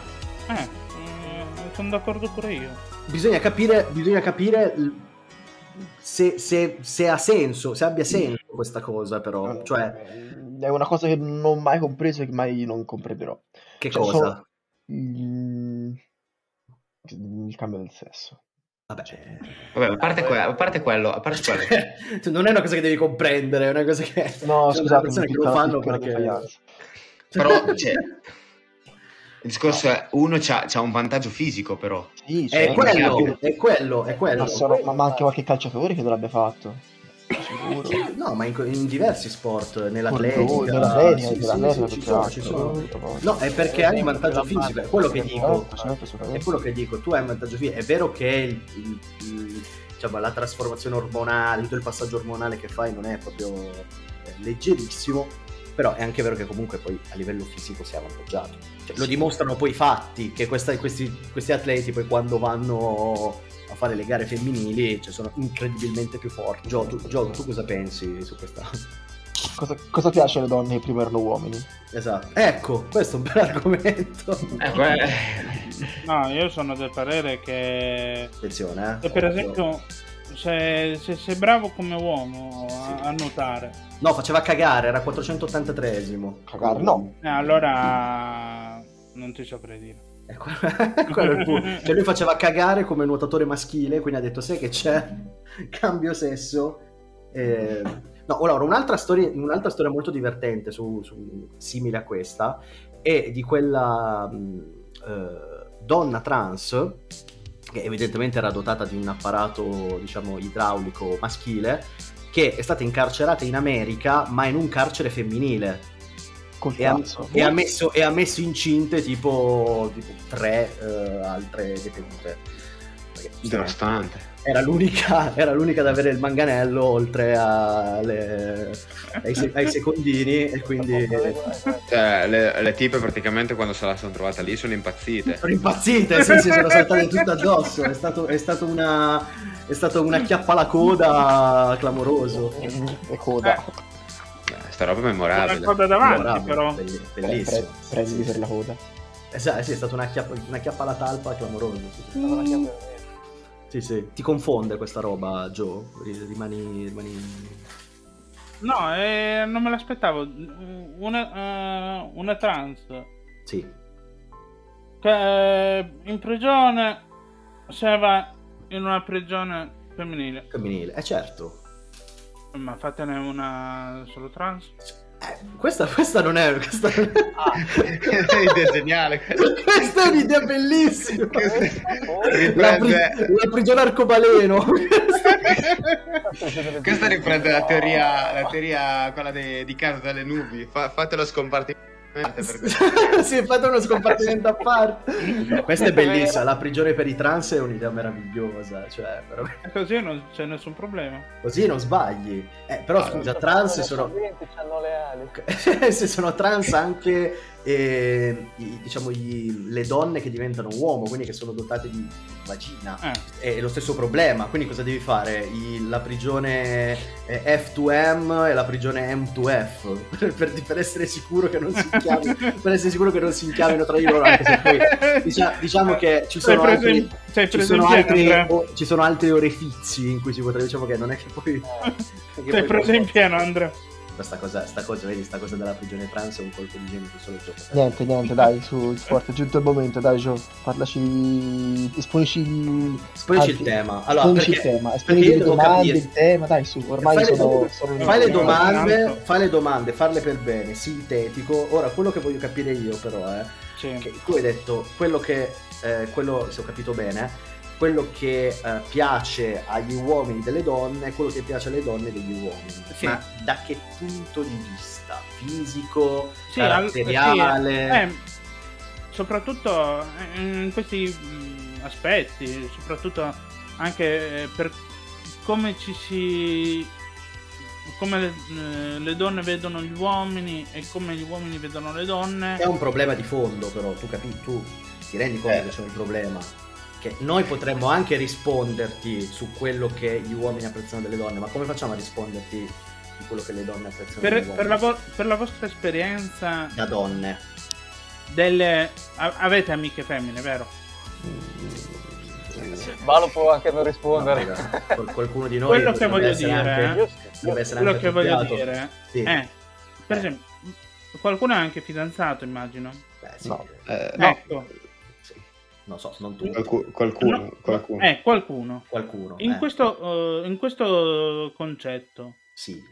Eh, mm, sono d'accordo pure io. bisogna capire, bisogna capire l- se, se- se ha senso, se abbia senso questa cosa, Ah. però. Cioè, È una cosa che non ho mai compreso e che mai non comprenderò. che Cioè, cosa? sono- Il... il cambio del sesso. Vabbè, Vabbè, a parte, que- a parte quello, a parte quello. cioè, non è una cosa che devi comprendere, è una cosa che... No, Sono scusate, Cioè, persone mi che lo piccola- fanno piccola perché- defianza. Però, cioè, il discorso è, uno c'ha, c'ha un vantaggio fisico, però. Sì, cioè, È quello, capito. è quello, è quello. ma, solo- ma- ma anche qualche calciatore che l'avrebbe fatto. Sicuro. No, ma in, in diversi sport, Cordoglio, nell'atletica... la Venia, sì, sì, la sì, Venia, sì, ci sono, ci sono. No, è perché hai un vantaggio fisico, è quello che Oh, dico. Assolutamente, assolutamente. È quello che dico, tu hai un vantaggio fisico. È vero che il- il- il- diciamo, la trasformazione ormonale, tutto il passaggio ormonale che fai non è proprio eh, leggerissimo, però è anche vero che comunque poi a livello fisico si è avvantaggiato. Cioè, lo dimostrano poi i fatti, che questa- questi, questi atleti poi quando vanno a fare le gare femminili cioè, sono incredibilmente più forti. Gio, tu, Gio, tu cosa pensi su questa? Cosa, cosa piace alle donne che prima erano uomini? Esatto. Ecco, questo è un bel argomento. Eh, Ecco, beh, No, io sono del parere che Attenzione, eh. se per esempio se, se sei bravo come uomo a, a nuotare, No, faceva cagare, era 483esimo. Cagare, no. eh, allora non ti saprei dire. Eh, que- quello è il punto. Cioè, lui faceva cagare come nuotatore maschile, quindi ha detto: Sai che c'è? Cambio sesso. Eh, No, allora, un'altra storia, un'altra storia molto divertente, su, su- simile a questa, è di quella mh, eh, donna trans che evidentemente era dotata di un apparato, diciamo, idraulico maschile, che è stata incarcerata in America, ma in un carcere femminile Col e ha, cazzo. e ha messo, e ha messo incinte tipo, tipo tre eh, altre detenute. Perché, insomma, devastante. era, l'unica, era l'unica ad avere il manganello oltre alle- ai, Eh, se- ai secondini e quindi eh. Cioè, le, le tipe praticamente quando se la sono trovata lì sono impazzite. sono impazzite, sì, sì, sono saltate tutte addosso, è stato, è stato una, è stato una chiappa alla coda clamoroso. E coda. Eh, sta roba è Una memorabile. cosa davanti Bravo, però. belli- Pre- bellissimo. pre- Prendimi per la coda. Esatto, sì, è stata una chiappa, una chiappa alla talpa clamorosa. sì, sì. Sì, sì. Ti confonde questa roba, Joe? R- Rimani. rimani... No, eh, non me l'aspettavo. Una, eh, una trans Sì. che eh, in prigione se va in una prigione femminile. Femminile. Eh, certo. Ma fatene una solo trans? Eh, questa, questa non è. Questa, Ah. Questa è un'idea geniale. questa. questa è un'idea bellissima. La, pri- riprende... la prigione arcobaleno. Questa riprende la teoria, la teoria quella de- di casa dalle nubi. Fa- fatelo scompartimento. sì, fate uno scompartimento a parte. No, questa è bellissima. La prigione per i trans è un'idea meravigliosa. Cioè, veramente- Così non c'è nessun problema. Eh. Così non sbagli. Eh, Ah, però, scusa, trans sono. Hanno le ali. se sono trans anche eh, i- diciamo gli- le donne che diventano uomo quindi che sono dotate di vagina Eh. è lo stesso problema quindi cosa devi fare Il- la prigione eh, F2M e la prigione M2F per, per- per essere sicuro che non si chiami per essere sicuro che non si inchiavino tra di loro anche se poi dicia- diciamo che ci Sei sono preso in- altri sei ci preso in sono, pieno, altri, Andrea. o- ci sono altri orefizi in cui si potrebbe diciamo che non è che poi che Eh, Sei poi- preso in pieno, Andrea. questa cosa, sta cosa, vedi, sta cosa della prigione trans è un colpo di genio che solo il gioco. Niente, niente, dai, su sport, è giunto il momento, dai Gio, parlaci, esponici, Sponici il Anzi, tema. Allora, esponici perché, il tema, perché esponici io le devo domande, capire. il tema, dai su, ormai Fai le sono... domande- sono Fai le No, domande, tanto. fai le domande, farle per bene, sintetico. Ora, quello che voglio capire io però è Sì. che tu hai detto quello che, eh, quello, se ho capito bene, quello che eh, piace agli uomini delle donne è quello che piace alle donne degli uomini. Sì. Ma da che punto di vista? Fisico, Sì, al- sì, caratteriale? eh, soprattutto eh, in questi mh, aspetti, soprattutto anche eh, per come ci si come le, eh, le donne vedono gli uomini e come gli uomini vedono le donne. È un problema di fondo, però tu capi, tu ti rendi conto che c'è un problema. Che noi potremmo anche risponderti su quello che gli uomini apprezzano delle donne, ma come facciamo a risponderti di quello che le donne apprezzano degli Per, uomini? per la vo- per la vostra esperienza da donne. delle a- avete amiche femmine, vero? Valo può anche non Vabbè, rispondere. dai, qual- qualcuno di noi Quello che dovrebbe voglio essere dire, anche- eh. Io sì. dovrebbe essere Quello anche che voglio apprezzato. dire Sì. è per Eh. esempio qualcuno è anche fidanzato, immagino. Beh, sì. No. Eh, Ecco. Sì. Non so, non tutti, Qualcu- qualcuno, No, qualcuno. Eh, qualcuno. qualcuno. In eh, questo, eh, in questo concetto, Sì,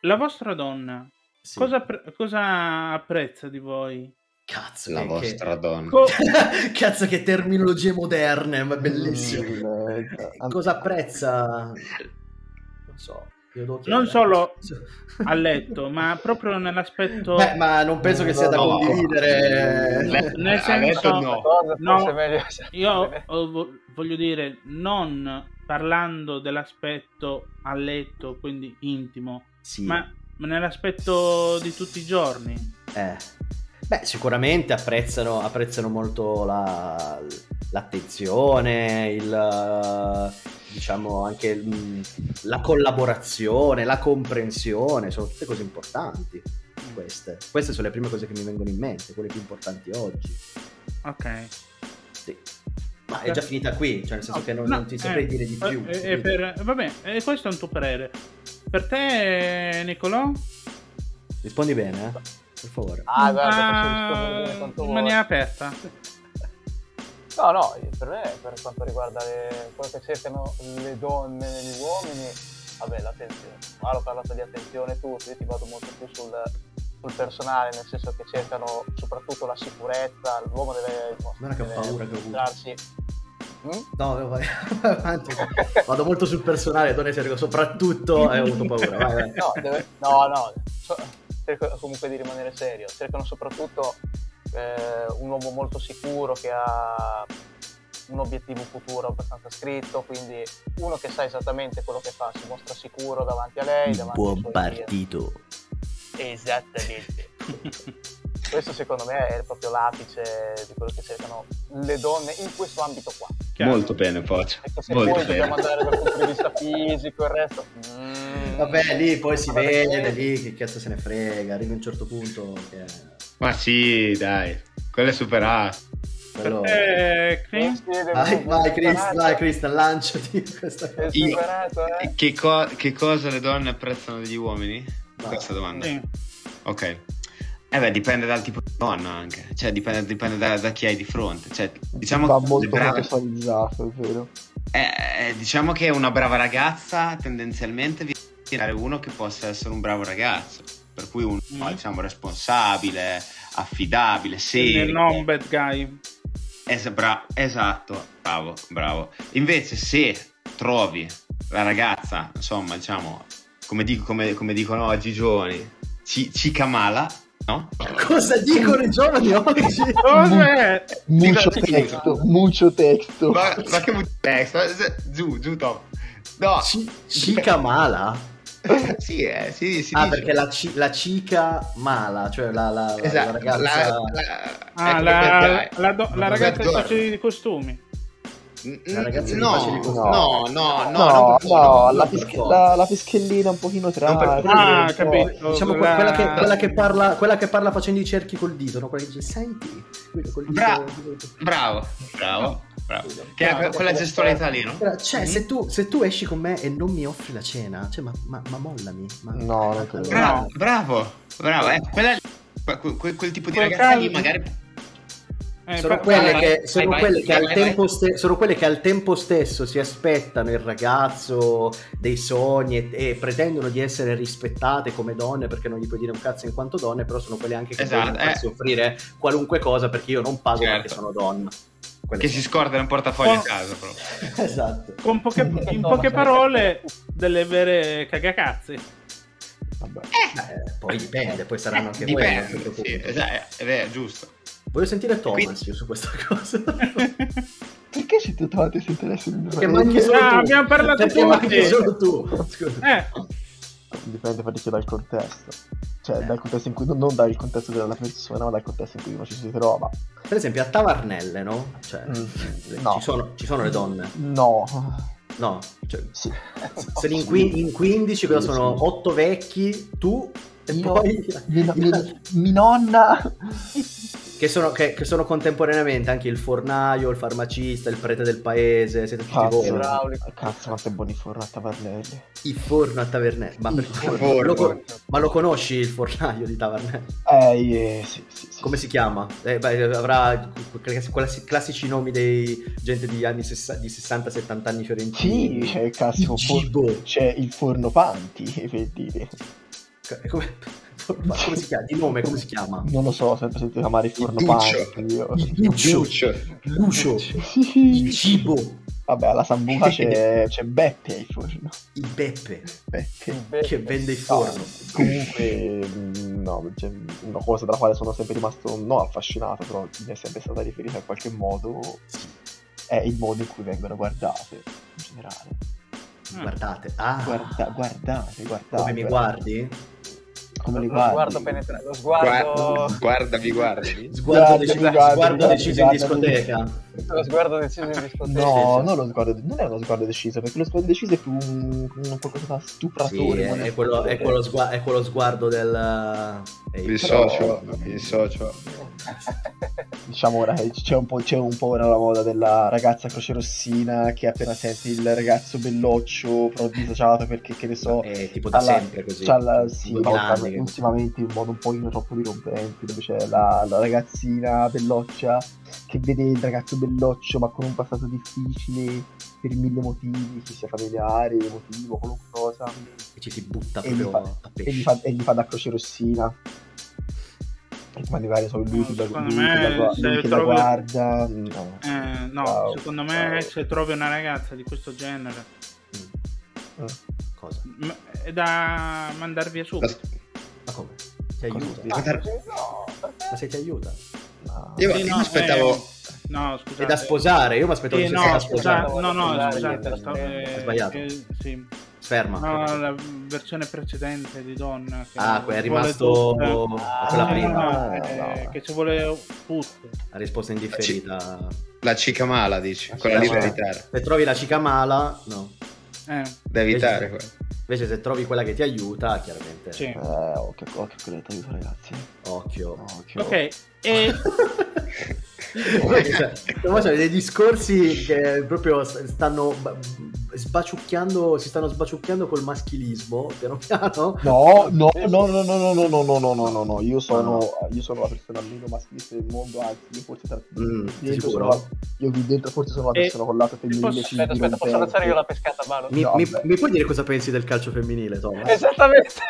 la vostra donna sì. cosa, appre- cosa apprezza di voi? Cazzo, La che- vostra donna. Co- che... Cazzo, che terminologie moderne, ma bellissimo. Mm, Eh, an- Cosa apprezza? Non so. io devo chiedere. Non solo a letto, ma proprio nell'aspetto... Beh, ma non penso che sia da No. condividere. Le- Nel a senso- letto Eh, no. Cosa No, forse è meglio... Io eh, vo- voglio dire, non parlando dell'aspetto a letto, quindi intimo, Sì. ma ma nell'aspetto di tutti i giorni. Eh. Beh, sicuramente apprezzano, apprezzano molto la- l'attenzione, il, diciamo anche il- mh, la collaborazione, la comprensione, sono tutte cose importanti. Queste. queste sono le prime cose che mi vengono in mente, quelle più importanti oggi. Ok. Sì. Ma è già finita qui, cioè nel senso che non, No, non ti saprei eh, dire di eh, più. eh, eh, per- vabbè, eh, questo è un tuo parere. Per te, Nicolò? Rispondi bene, eh? per favore. Ah, guarda, posso rispondere Ah, quanto in vuoi. maniera aperta. No, no, eh, per me, per quanto riguarda le- quello che cercano le donne negli uomini, vabbè, l'attenzione. Ma l'ho parlato di attenzione tu, io ti vado molto più sul, sul personale, nel senso che cercano soprattutto la sicurezza, l'uomo deve, Guarda che deve paura che ho avuto. mostrarsi. Mm? No, no, vai vai avanti. Vado molto sul personale, Don Esergo, soprattutto eh, ho avuto paura. Vai, vai. No, deve- no, no, so- cerco comunque di rimanere serio. Cercano soprattutto eh, un uomo molto sicuro che ha un obiettivo futuro abbastanza scritto, quindi uno che sa esattamente quello che fa, si mostra sicuro davanti a lei, davanti ai suoi clienti. Esattamente. Questo secondo me è proprio l'apice di quello che cercano le donne in questo ambito qua. Chiaro. Molto bene, Poggio. Perché se Molto poi dobbiamo bene. andare dal punto di vista fisico e il resto... mm, Vabbè, lì poi si guarda, vede, lì che cazzo se ne frega, arrivi a un certo punto che Ma sì, dai. Quello è superato. quello... Eh, Eh, Chris? sì, deve- Vai, vai, Chris, Guarda, vai, Christian, lanciati questa È cosa. Io- superato, eh? Che, co- che cosa le donne apprezzano degli uomini? Vai. Questa domanda. Sì. Ok. Eh beh, dipende dal tipo di donna anche. Cioè, dipende, dipende da, da chi hai di fronte. Cioè, diciamo va che molto brava- personalizzato, è vero. eh, eh, diciamo che una brava ragazza tendenzialmente viene a tirare uno che possa essere un bravo ragazzo. Per cui uno, Mm. diciamo, responsabile, affidabile, serio. Quindi non bad guy. Es- bra- esatto, bravo, bravo. Invece, se trovi la ragazza, insomma, diciamo, come, dico- come- come dicono oggi i giovani, ci, cicamala, no? Cosa dicono i giovani oggi? Cos'è? Mucho sì, sì. Eh, texto, mucho texto. Ma, ma che testo, giù, giù, top. No, Ci- Cica mala? sì, eh, sì, si Ah, dice. perché la, ci- la cica mala, cioè la, la, la- Esatto, la ragazza... la- la- Ah, ecco la, perché- la do- la ragazza Bad in girl. faccia di costumi. La ragazza di no, facili costumi. no, no, No, no, non no, per forza. la, non per fische- forza. la- la fischellina un pochino tra... Non per Ah, capito. Diciamo que- La- quella, che, quella che parla, quella che parla facendo i cerchi col dito, no? quella che dice senti, quello col dito. Bra- Bravo, bravo, bravo. Che ha que- quella gestualità lì, no? Però, Cioè, se, tu, se tu esci con me e non mi offri la cena, cioè, ma, ma, ma mollami. Ma... No, non credo. Bravo, bravo, bravo. eh, quella lì- que- que- quel, tipo di Quel ragazza lì caldo. magari... Eh, sono fa- quelle, vai, che, vai, sono, vai, quelle vai, che al vai, tempo ste- sono quelle che al tempo stesso si aspettano il ragazzo dei sogni e, e pretendono di essere rispettate come donne perché non gli puoi dire un cazzo in quanto donne, però sono quelle anche che Esatto, vogliono farsi eh. offrire qualunque cosa perché io non pago perché Certo. sono donna. Quelle Che si sono- scorda un portafoglio a Oh. casa, proprio. Esatto. con poche- in poche parole, delle vere cagacazze. Vabbè. Eh, poi dipende, poi saranno anche quelle. a un certo Eh, Dipende, punto. sì, esatto, è, è giusto. Voglio sentire Thomas io su questa cosa. perché Perché ci trovate se interessa in una manchi solo Ah, tu. abbiamo parlato perché tutti. manchi Cioè, solo tu. Scusa. Eh, Dipende parecchio dal contesto. Cioè, dal contesto in cui... Non, non dal contesto della persona, ma dal contesto in cui uno ci si trova. Per esempio a Tavarnelle, no? Cioè, Mm, no. Ci, sono, ci sono le donne, No. no? Cioè, Sì. se in, qui- in 15 cosa Sì, sono? sì. 8 vecchi, tu e Io- poi... Mi, mi- mi nonna Che sono, che, che sono contemporaneamente anche il fornaio, il farmacista, il prete del paese, siete tutti Cazzo, voi. Bravo. idraulico. cazzo, quanto è buoni forno a tavernelli. Il forno a Tavernelli. Ma, perché- forno. lo con- ma lo conosci il fornaio di Tavernelli? Eh, eh, sì, sì, sì. Come si chiama? Eh, beh, avrà quei classici nomi dei gente di anni sessa- di 60-70 anni Sì, cioè, fiorentini. c'è il classico Il cibo. forno. C'è il forno panti, per dire. C- Come, ma come si chiama? Di nome, come si chiama? Non lo so, ho sempre sentito chiamare il forno Duccio. panti. Io. Lucio. Lucio. Il cibo. Vabbè, alla Sambuca c'è, c'è Beppe ai forno. Il Beppe. Beppe. Eh, Che vende il forno. Comunque, mh, no, c'è una cosa della quale sono sempre rimasto, no affascinato, però mi è sempre stata riferita in qualche modo, è il modo in cui vengono guardate, in generale. Guardate. Ah, Guarda, guardate, guardate. come mi guardi? Come Lo li lo guardi? sguardo penetrante, lo Guarda, sguardo, guardami, guardami. Sguardo, Guardami, deci- guardami, sguardo guardami, deciso in guardami. discoteca. lo sguardo deciso in discoteca. No, sì. non, lo sguardo, non è uno sguardo deciso, perché lo sguardo deciso è più un, un qualcosa da Sì, stupratore. è, non è quello, è quello sgua- è quello sguardo del... eh, ehi, Il però- socio, il socio. Diciamo ora che c'è un, po', c'è un po' ora la moda della ragazza croce rossina che appena senti il ragazzo belloccio, però disagiato perché che ne so, È tipo da Alla- sempre così. c'ha la, sì, Duemila ma Eh, anni che- ultimamente in modo un po' troppo dirompente dove c'è la, la ragazzina belloccia che vede il ragazzo belloccio ma con un passato difficile per mille motivi che sia familiare emotivo qualunque cosa E ci si butta e gli, proprio fa, a e, gli pesce. fa, e gli fa da croce rossina e come magari so lui, che la- Secondo lui me che la, gua- se lui che la trovi- guarda mm, no. Eh, no, Ciao, secondo me ciao. se trovi una ragazza di questo genere Mm. Cosa? m- è da mandar via subito. Ma come? Ti Cosa? aiuta? Ah, No, Ma se ti aiuta? Ma- Io, Sì, io no, mi aspettavo... eh, no, scusate. È da sposare, io mi aspettavo Sì, Eh, che no, fosse da scusa- sposare. no, sposare. no, Dai, scusate, dai, sto- dai. eh, Ho sbagliato. Ah, eh, sì. Ferma. No, la versione precedente di Donna. Che Ah, que- vuole è rimasto tutte. a No, quella no, prima, Ah, no, eh, eh, no. Che ci vuole tutto. la risposta indifferita. Ah, La cicamala, dici, La quella lì da cicamala. evitare. Se trovi la cica mala, no. Eh, Da evitare Invece- quella. Invece se trovi quella che ti aiuta, chiaramente, sì. eh, occhio occhio con le aiuto ragazzi occhio. occhio Ok, e Voi cioè, voi avete dei discorsi che proprio s- stanno ba- sbaciucchiando, si stanno sbaciucchiando col maschilismo, piano piano. No, no, no, no, no, no, no, no, no, no, no, no, no, io sono, No. io sono la persona meno maschilista del mondo, anzi, io forse tra... Mm, sei dentro sicuro? sono- io qui dentro forse sono la Eh, persona con l'altro posso- femminile aspetta, aspetta, posso lanciare io la pescata a mano? Mi, No, mi- beh. mi puoi dire cosa pensi del calcio femminile, Eh. Thomas? Esatto. Esattamente.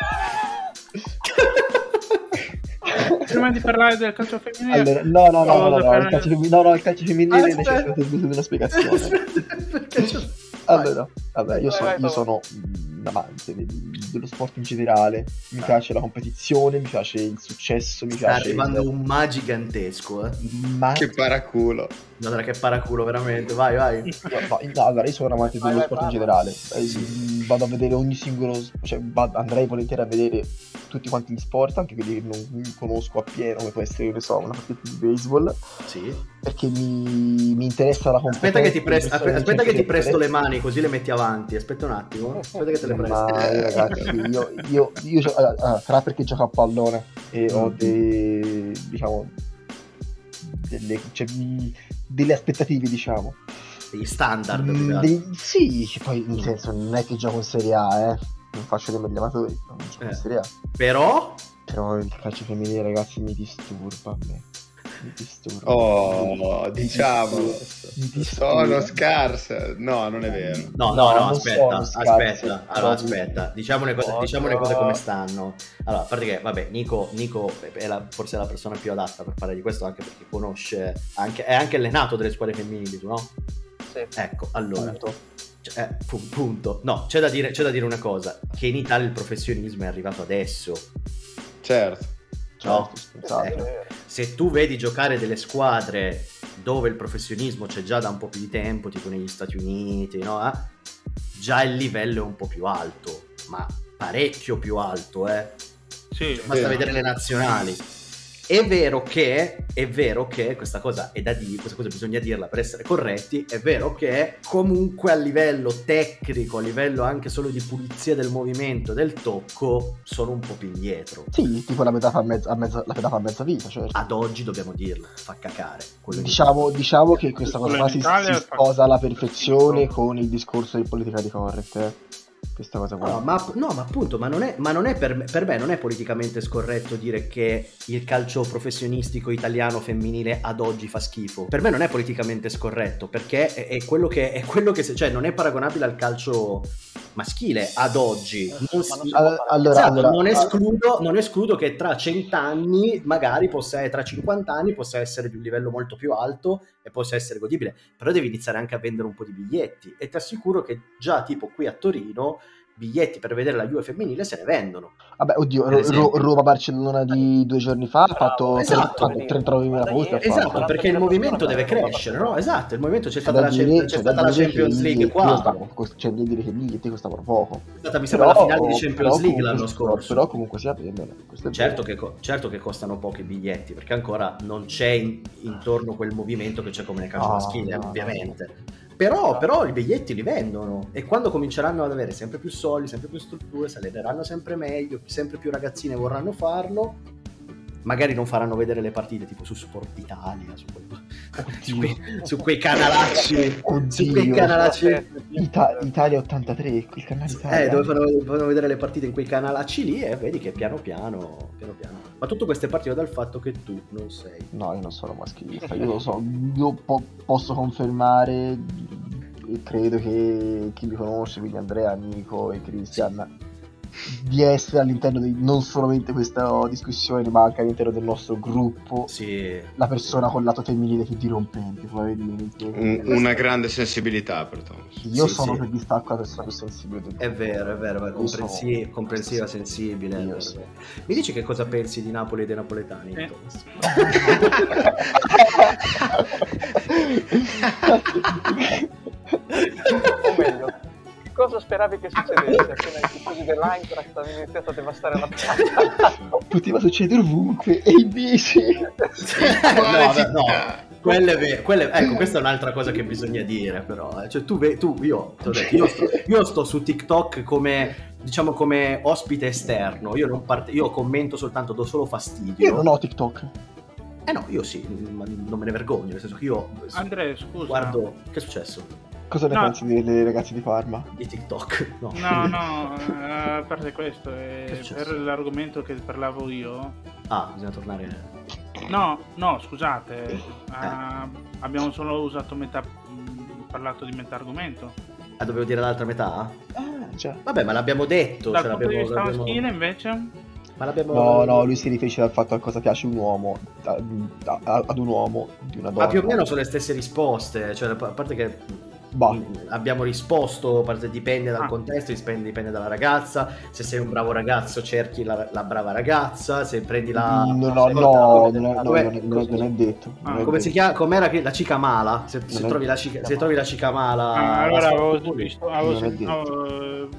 prima di parlare del calcio femminile, Allora, no, no, no, no, no, Cosa no, per- il calcio femminile, no, no, il calcio femminile Aspetta. invece c'è bisogno di una spiegazione. Perché c'è- Allora, Ah, vabbè, io Vai, sono, vai, io Thomas. sono un amante del- dello sport in generale, mi Ah. piace la competizione, mi piace il successo, mi Sta piace... il- arrivando un ma gigantesco, eh. Ma... Che paraculo. Guarda che paraculo, veramente. Vai, vai. No, no, no, allora io sono un amante Vai, dello vai, sport in parla. generale. Eh, Vado a vedere ogni singolo. Cioè, vado- andrei volentieri a vedere tutti quanti gli sport, anche quelli che non conosco appieno, come può essere, che ne so, una partita di baseball. Sì. Perché mi, mi interessa la competenza. Aspetta che ti, pres- di aspe- persone aspetta che ti sempre. presto le mani, così le metti avanti. Aspetta un attimo. Aspetta che te le presto. Ma ragazzi, io, io, io gio- allora, allora, sarà perché gioco a pallone e Mm. ho dei, diciamo, delle, cioè, mh, delle aspettative, diciamo. Gli standard. più che Mm, altro. dei- sì, che poi nel senso non è che gioco in Serie A, eh. Non faccio dei allenatori, non gioco Eh. in Serie A. Però, Però il calcio femminile, ragazzi, mi disturba a me. Mi disturba. Oh, Mi diciamolo. disturba. Mi disturba. Sono scarsa. No, non è vero. no, no, no, non aspetta. sono scarsi, Aspetta, però- allora, aspetta. Diciamo le, cose, Oh, diciamo le no. cose come stanno. Allora, a parte che, vabbè, Nico, Nico è la- forse è la persona più adatta per parlare di questo, anche perché conosce, anche, è anche allenato delle squadre femminili, tu no? Eh, Sì. Ecco, allora. Punto. Cioè, eh, pu- punto. No, c'è da, dire, c'è da dire una cosa: che in Italia il professionismo è arrivato adesso. Certo. No. Certo, senz'altro. Se tu vedi giocare delle squadre dove il professionismo c'è già da un po' più di tempo, tipo negli Stati Uniti, no? eh, Già il livello è un po' più alto, ma parecchio più alto, eh. sì, Basta Sì. vedere le nazionali. È vero che, è vero che, questa cosa è da dire, questa cosa bisogna dirla per essere corretti, è vero che comunque a livello tecnico, a livello anche solo di pulizia del movimento, del tocco, sono un po' più indietro. Sì, tipo la pedata a mezza, a mezza- la pedata a mezza vita, certo. Ad oggi dobbiamo dirlo, fa cacare. Quello di- Diciamo, diciamo che questa cosa qua si, Quella in si Italia fa- sposa alla perfezione con il discorso di politica di correct. eh. Questa cosa qua. No, Ah, ma, no, ma appunto, ma non è, ma non è per, me, per me non è politicamente scorretto dire che il calcio professionistico italiano femminile ad oggi fa schifo. Per me non è politicamente scorretto, perché è, è quello che, è quello che se- cioè, non è paragonabile al calcio maschile ad oggi. Non, Ma non si- si può All- fare. allora, Esatto, allora, non, escludo, non escludo che tra cent'anni, magari possa, tra 50 anni, possa essere di un livello molto più alto e possa essere godibile, però devi iniziare anche a vendere un po' di biglietti e ti assicuro che già tipo qui a Torino biglietti per vedere la Juve femminile se ne vendono. Vabbè, oddio, per Ro- Eh, esempio. Ro- Roma-Barcellona di due giorni fa ha fatto Esatto. 30 39.000 posti. ha fatto. Esatto, Esatto, perché il movimento deve crescere, no? Esatto, il movimento c'è C'è stata Cioè, da la, dire, c'è c'è stata da la dire che i Champions League biglietti qua, costavano- cos- c'è da dire che i biglietti costavano poco. è stata mi sembra la Però- finale di Champions però League l'anno comunque- scorso. Però comunque si vendono. questo è Certo che, co- certo che costano pochi biglietti, perché ancora non c'è in- intorno quel movimento che c'è come nel calcio No, maschile, no, no. ovviamente. Però, però i biglietti li vendono e quando cominceranno ad avere sempre più soldi, sempre più strutture, si alleneranno sempre meglio, sempre più ragazzine vorranno farlo. Magari non faranno vedere le partite tipo su Sport Italia, su, quel- su quei, su quei canalacci, vero. su quei Oddio. canalacci Ita- Italia 83, il canale Italia. eh, dove fanno, fanno vedere le partite in quei canalacci lì e vedi che piano piano, piano piano. Ma tutto questo è partito dal fatto che tu non sei. No, io non sono maschilista, io lo so, io po- posso confermare, e credo che chi mi conosce, quindi Andrea, Nico e Cristian, di essere all'interno di non solamente questa discussione, ma anche all'interno del nostro gruppo, Sì. la persona col lato femminile più dirompente, probabilmente. Un- una grande sensibilità per Thomas. Io Sì, sono sì. per distacco la persona più sensibile del È vero, è vero, è vero, Io comprensi- sono- comprensiva, sensibile. è Io vero. so. Mi dici che cosa pensi di Napoli e dei napoletani? Eh. Thomas? o meglio, che cosa speravi che succedesse appena i tifosi dell'Eintracht hanno iniziato a devastare la piazza? Poteva succedere ovunque, e invece... Quale no, vabbè, no. città? Quelle ve- Eh. quelle- ecco, questa è un'altra cosa che bisogna dire, però. eh. Cioè, tu, ve- tu io, t'ho detto, io, sto, io sto su TikTok come, diciamo, come ospite esterno. Io, non parte- io commento soltanto, do solo fastidio. Io non ho TikTok. Eh no, io sì, ma non me ne vergogno, nel senso che io Andrea, scusa. guardo che è successo Cosa ne No. pensi delle ragazze di Parma? di TikTok. No. No, no, eh, a parte questo, eh, Che è successo? per l'argomento che parlavo io, Ah, bisogna tornare. No, no, scusate, ah, abbiamo solo usato metà, mh, parlato di metà argomento. Ah, dovevo dire l'altra metà? Ah, già. Vabbè, ma l'abbiamo detto. Dal cioè, punto di l'abbiamo- vista l'abbiamo- maschile invece, Ma l'abbiamo. No, no, lui si riferisce al fatto a cosa piace un uomo, a- a- a- ad un uomo di una donna. Ma più o meno sono le stesse risposte. Cioè, a parte che. Bah. mh, Abbiamo risposto, a parte dipende dal Ah. contesto, dipende, dipende dalla ragazza. Se sei un bravo ragazzo, cerchi la, la brava ragazza. Se prendi la. Mm, No, no, se- no, la- non è, la- no, non è- non è- non è detto. Ah, non è Come si detto. chiama? Com'era che- la cica mala? Se, se Mm. Non è- trovi, la cica, se trovi la cica mala. Ah, allora la- avevo visto, avevo oh, eh, Non l'ho sentito,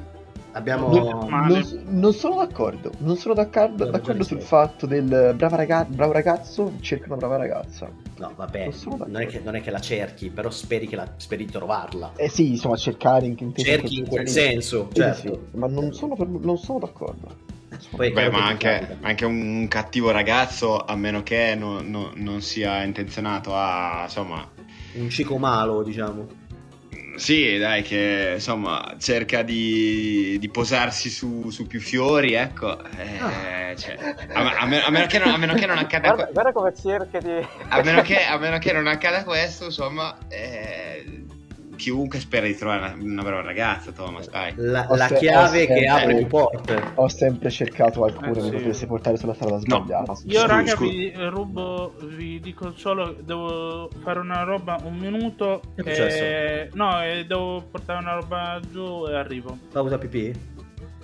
Abbiamo. Ma- Non, s- non sono d'accordo, non sono d'accordo, Non è d'accordo sul giusto. fatto del brava raga- bravo ragazzo cerca una brava ragazza. No, vabbè, Non sono d'accordo. non è, che, non è che la cerchi, però speri, che la, speri di trovarla. Eh sì, insomma, cercare in, in cerchi in quel senso, Sì, certo. sì, ma non sono, per- non sono d'accordo. Poi è Beh, chiaro ma che anche, capita. anche un cattivo ragazzo, a meno che non, non- non sia intenzionato a, insomma, un cico malo, diciamo. sì, dai, che insomma cerca di, di posarsi su, su più fiori, ecco. eh, cioè, a, a me- a meno che non, a meno che non accada Guarda, guarda come cerchi di... a meno che, a meno che non accada questo, insomma, eh, chiunque spera di trovare una, una brava ragazza, Thomas, dai. La, Ho la se- ho chiave che sempre- apre più porte. Ho sempre cercato qualcuno Eh, che sì. mi potesse portare sulla strada sbagliata. io Scusa, raga scusa. vi rubo, vi dico solo, devo fare una roba un minuto, Che è e... no, e devo portare una roba giù e arrivo. Pausa pipì?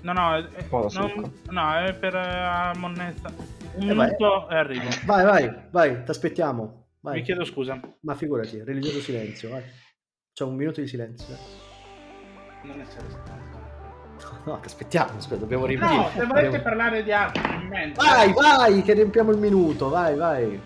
No, no, eh, Cosa non- secco? no, è per eh, monnezza. Un Eh, vai. minuto e arrivo. Vai, vai, vai, ti aspettiamo. Vai. Vi chiedo scusa. Ma figurati, religioso silenzio, vai. C'è un minuto di silenzio. Non essere stanco. No, aspettiamo, aspetta, dobbiamo riempire. No, se volete dobbiamo- parlare di altro, in mente. Vai, vai, che riempiamo il minuto, vai, vai.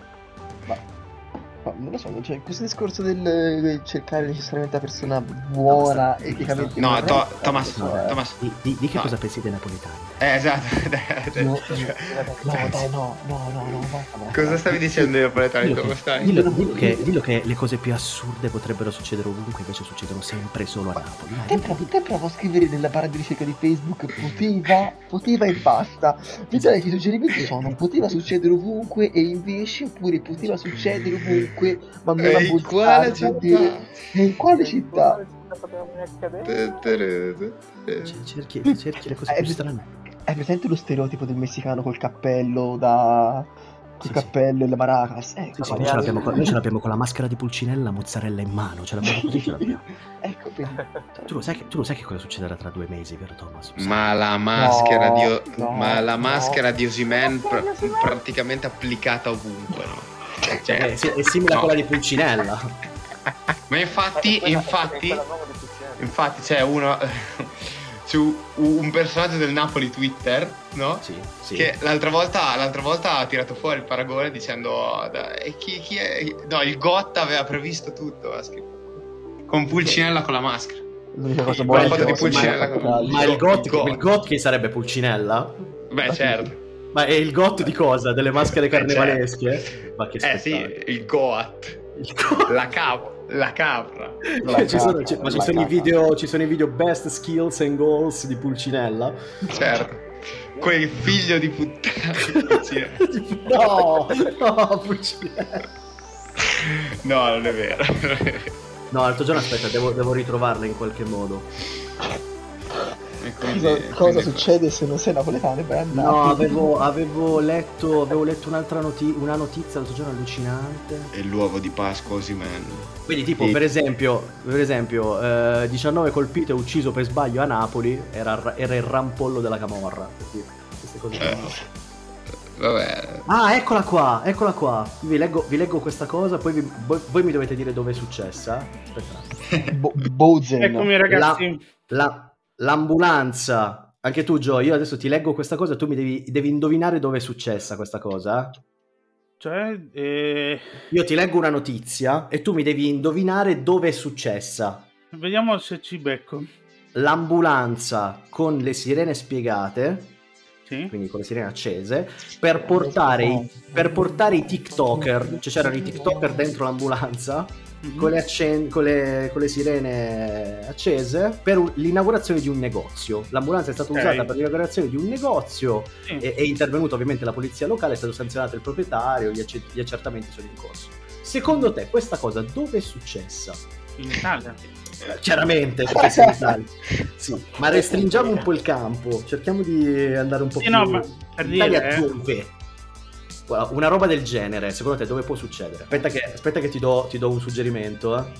Ma non lo so, cioè, questo discorso del, del cercare necessariamente la persona buona eticamente. No, corretta, To- Thomas, non lo so, eh. Thomas. Di, di- di che No. cosa pensi dei napoletani? Eh, esatto. dai, dai. No, no, dai, no, no, no, no, basta, basta. Cosa stavi dicendo io, Eh, Proletari? Dillo Come che, stai? dillo- dillo che- dillo che le cose più assurde potrebbero succedere ovunque, invece succedono sempre solo a Napoli. Te Vai, provo, te provo a scrivere nella barra di ricerca di Facebook poteva, poteva e basta. Vedrai che i suggerimenti sono poteva succedere ovunque e invece oppure poteva succedere ovunque ma me la E in buttata, quale città? dire- E in quale città? poteva neanche cadere. c- cerchi, cerchi le cose Eh, più mi- strane. Hai presente lo stereotipo del messicano col cappello da... col Sì, sì. cappello e la baracas? Ecco, Sì, sì, noi, magari- ce l'abbiamo con, noi ce l'abbiamo con la maschera di pulcinella, mozzarella in mano, ce l'abbiamo così, ce l'abbiamo. Ecco, quindi... Tu lo, sai che, tu lo sai che cosa succederà tra due mesi, vero Thomas? Lo sai? Ma la maschera No, di O- no, ma la no. maschera di Osimen praticamente applicata ovunque, no? Cioè, Eh, sì, è simile a no. quella di Pulcinella. Ma infatti, Quella- infatti, quella nuova di Tiziano. infatti c'è uno su un personaggio del Napoli Twitter, no? Sì, sì. Che l'altra volta, l'altra volta ha tirato fuori il paragone dicendo "Oh, da- e chi, chi è? No, il Gotta aveva previsto tutto, ha scritto. Con Pulcinella con la maschera. L'unica cosa Sì, buona è ma il che fatto di non si Pulcinella mangia con- capitali. Ma il got, Il got. il got che sarebbe Pulcinella? Beh, certo. Ma è il got di cosa? Delle maschere Eh, certo. carnevalesche? Ma che Eh sì, spettacolo. il Goat, Il got- la cap- la capra. La Cioè, ci sono, cacca, ci- ma la ci sono, i cacca. video, ci sono i video best skills and goals di Pulcinella. Certo. Quel figlio di puttana. Sì. no, no, Pulcinella. no, non è vero. non è vero. No, l'altro giorno aspetta, devo, devo ritrovarla in qualche modo. E quindi- Cosa, eh, quindi- cosa succede se non sei napoletano e vai a Napoli? No, avevo, avevo letto, avevo letto un'altra noti- una notizia l'altro giorno allucinante. E l'uovo di Pasqua Osimen. Quindi, tipo, Sì. per esempio, per esempio eh, 19 colpito e ucciso per sbaglio a Napoli era, era il rampollo della camorra. per dire. Queste cose qua. Eh, Vabbè. Ah, eccola qua, eccola qua. Vi leggo, vi leggo questa cosa, poi vi- voi, voi mi dovete dire dove è successa. Aspetta. un attimo. Bo- Bozen. Eccomi ragazzi, La- l'ambulanza. Anche tu, Joe, io adesso ti leggo questa cosa, tu mi devi, devi indovinare dove è successa questa cosa. cioè, eh, Io ti leggo una notizia e tu mi devi indovinare dove è successa. vediamo se ci becco. l'ambulanza con le sirene spiegate, Sì. quindi con le sirene accese, per portare i, per portare i TikToker, cioè c'erano i TikToker dentro l'ambulanza Mhm. con le, accen- con le- con le sirene accese per un- l'inaugurazione di un negozio. L'ambulanza è stata Ok. usata per l'inaugurazione di un negozio, Sì. e- è, intervenuta ovviamente la polizia locale, è stato sanzionato il proprietario, gli, acce- gli accertamenti sono in corso. Secondo te questa cosa dove è successa? In Italia. Eh, Chiaramente, perché siamo in Italia. Sì, ma restringiamo un po' il campo, cerchiamo di andare un po' Sì, più... no, ma per L'Italia dire, eh. dove? Guarda, Una roba del genere, secondo te dove può succedere? Aspetta che, aspetta che ti, do, ti do un suggerimento. eh.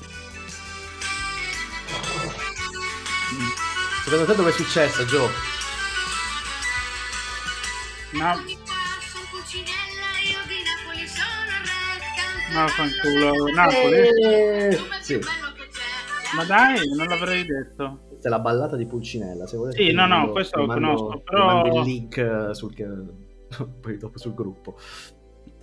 Secondo te dove è successa, Gio? No, no, fanculo. Napoli. Eh, Sì, Sì. Ma dai, non l'avrei detto. questa è la ballata di Pulcinella, se volete. Sì, ti no, no, mando- questo ti lo mando- conosco, ti però- mando il link eh, sul... che- poi dopo sul gruppo.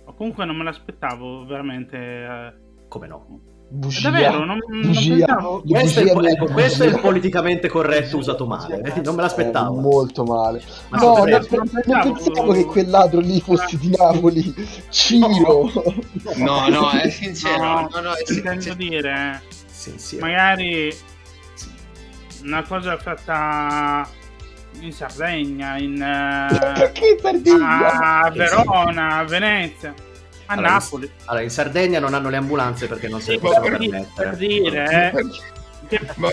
Ma Comunque non me l'aspettavo veramente. eh. Come no? Bugia. Davvero, non, non Bugia. pensavo. Di Questo è, il, bugia ecco, mi- questo è il bugia. politicamente corretto usato male, eh, non me Eh, l'aspettavo. molto male. Ma no, sono non, preso. non pensavo che quel ladro lì fosse di Napoli. Ciro. No, no, è sincero. No, No, no, è intendo sincero. dire, eh, Sì, sì. magari una cosa fatta in Sardegna, in eh, Perché in Sardegna? a Verona, a Venezia, a Allora, Napoli. Allora, in Sardegna non hanno le ambulanze perché non se le Sì, possono per, dire- per permettere. dire, eh, che Ma-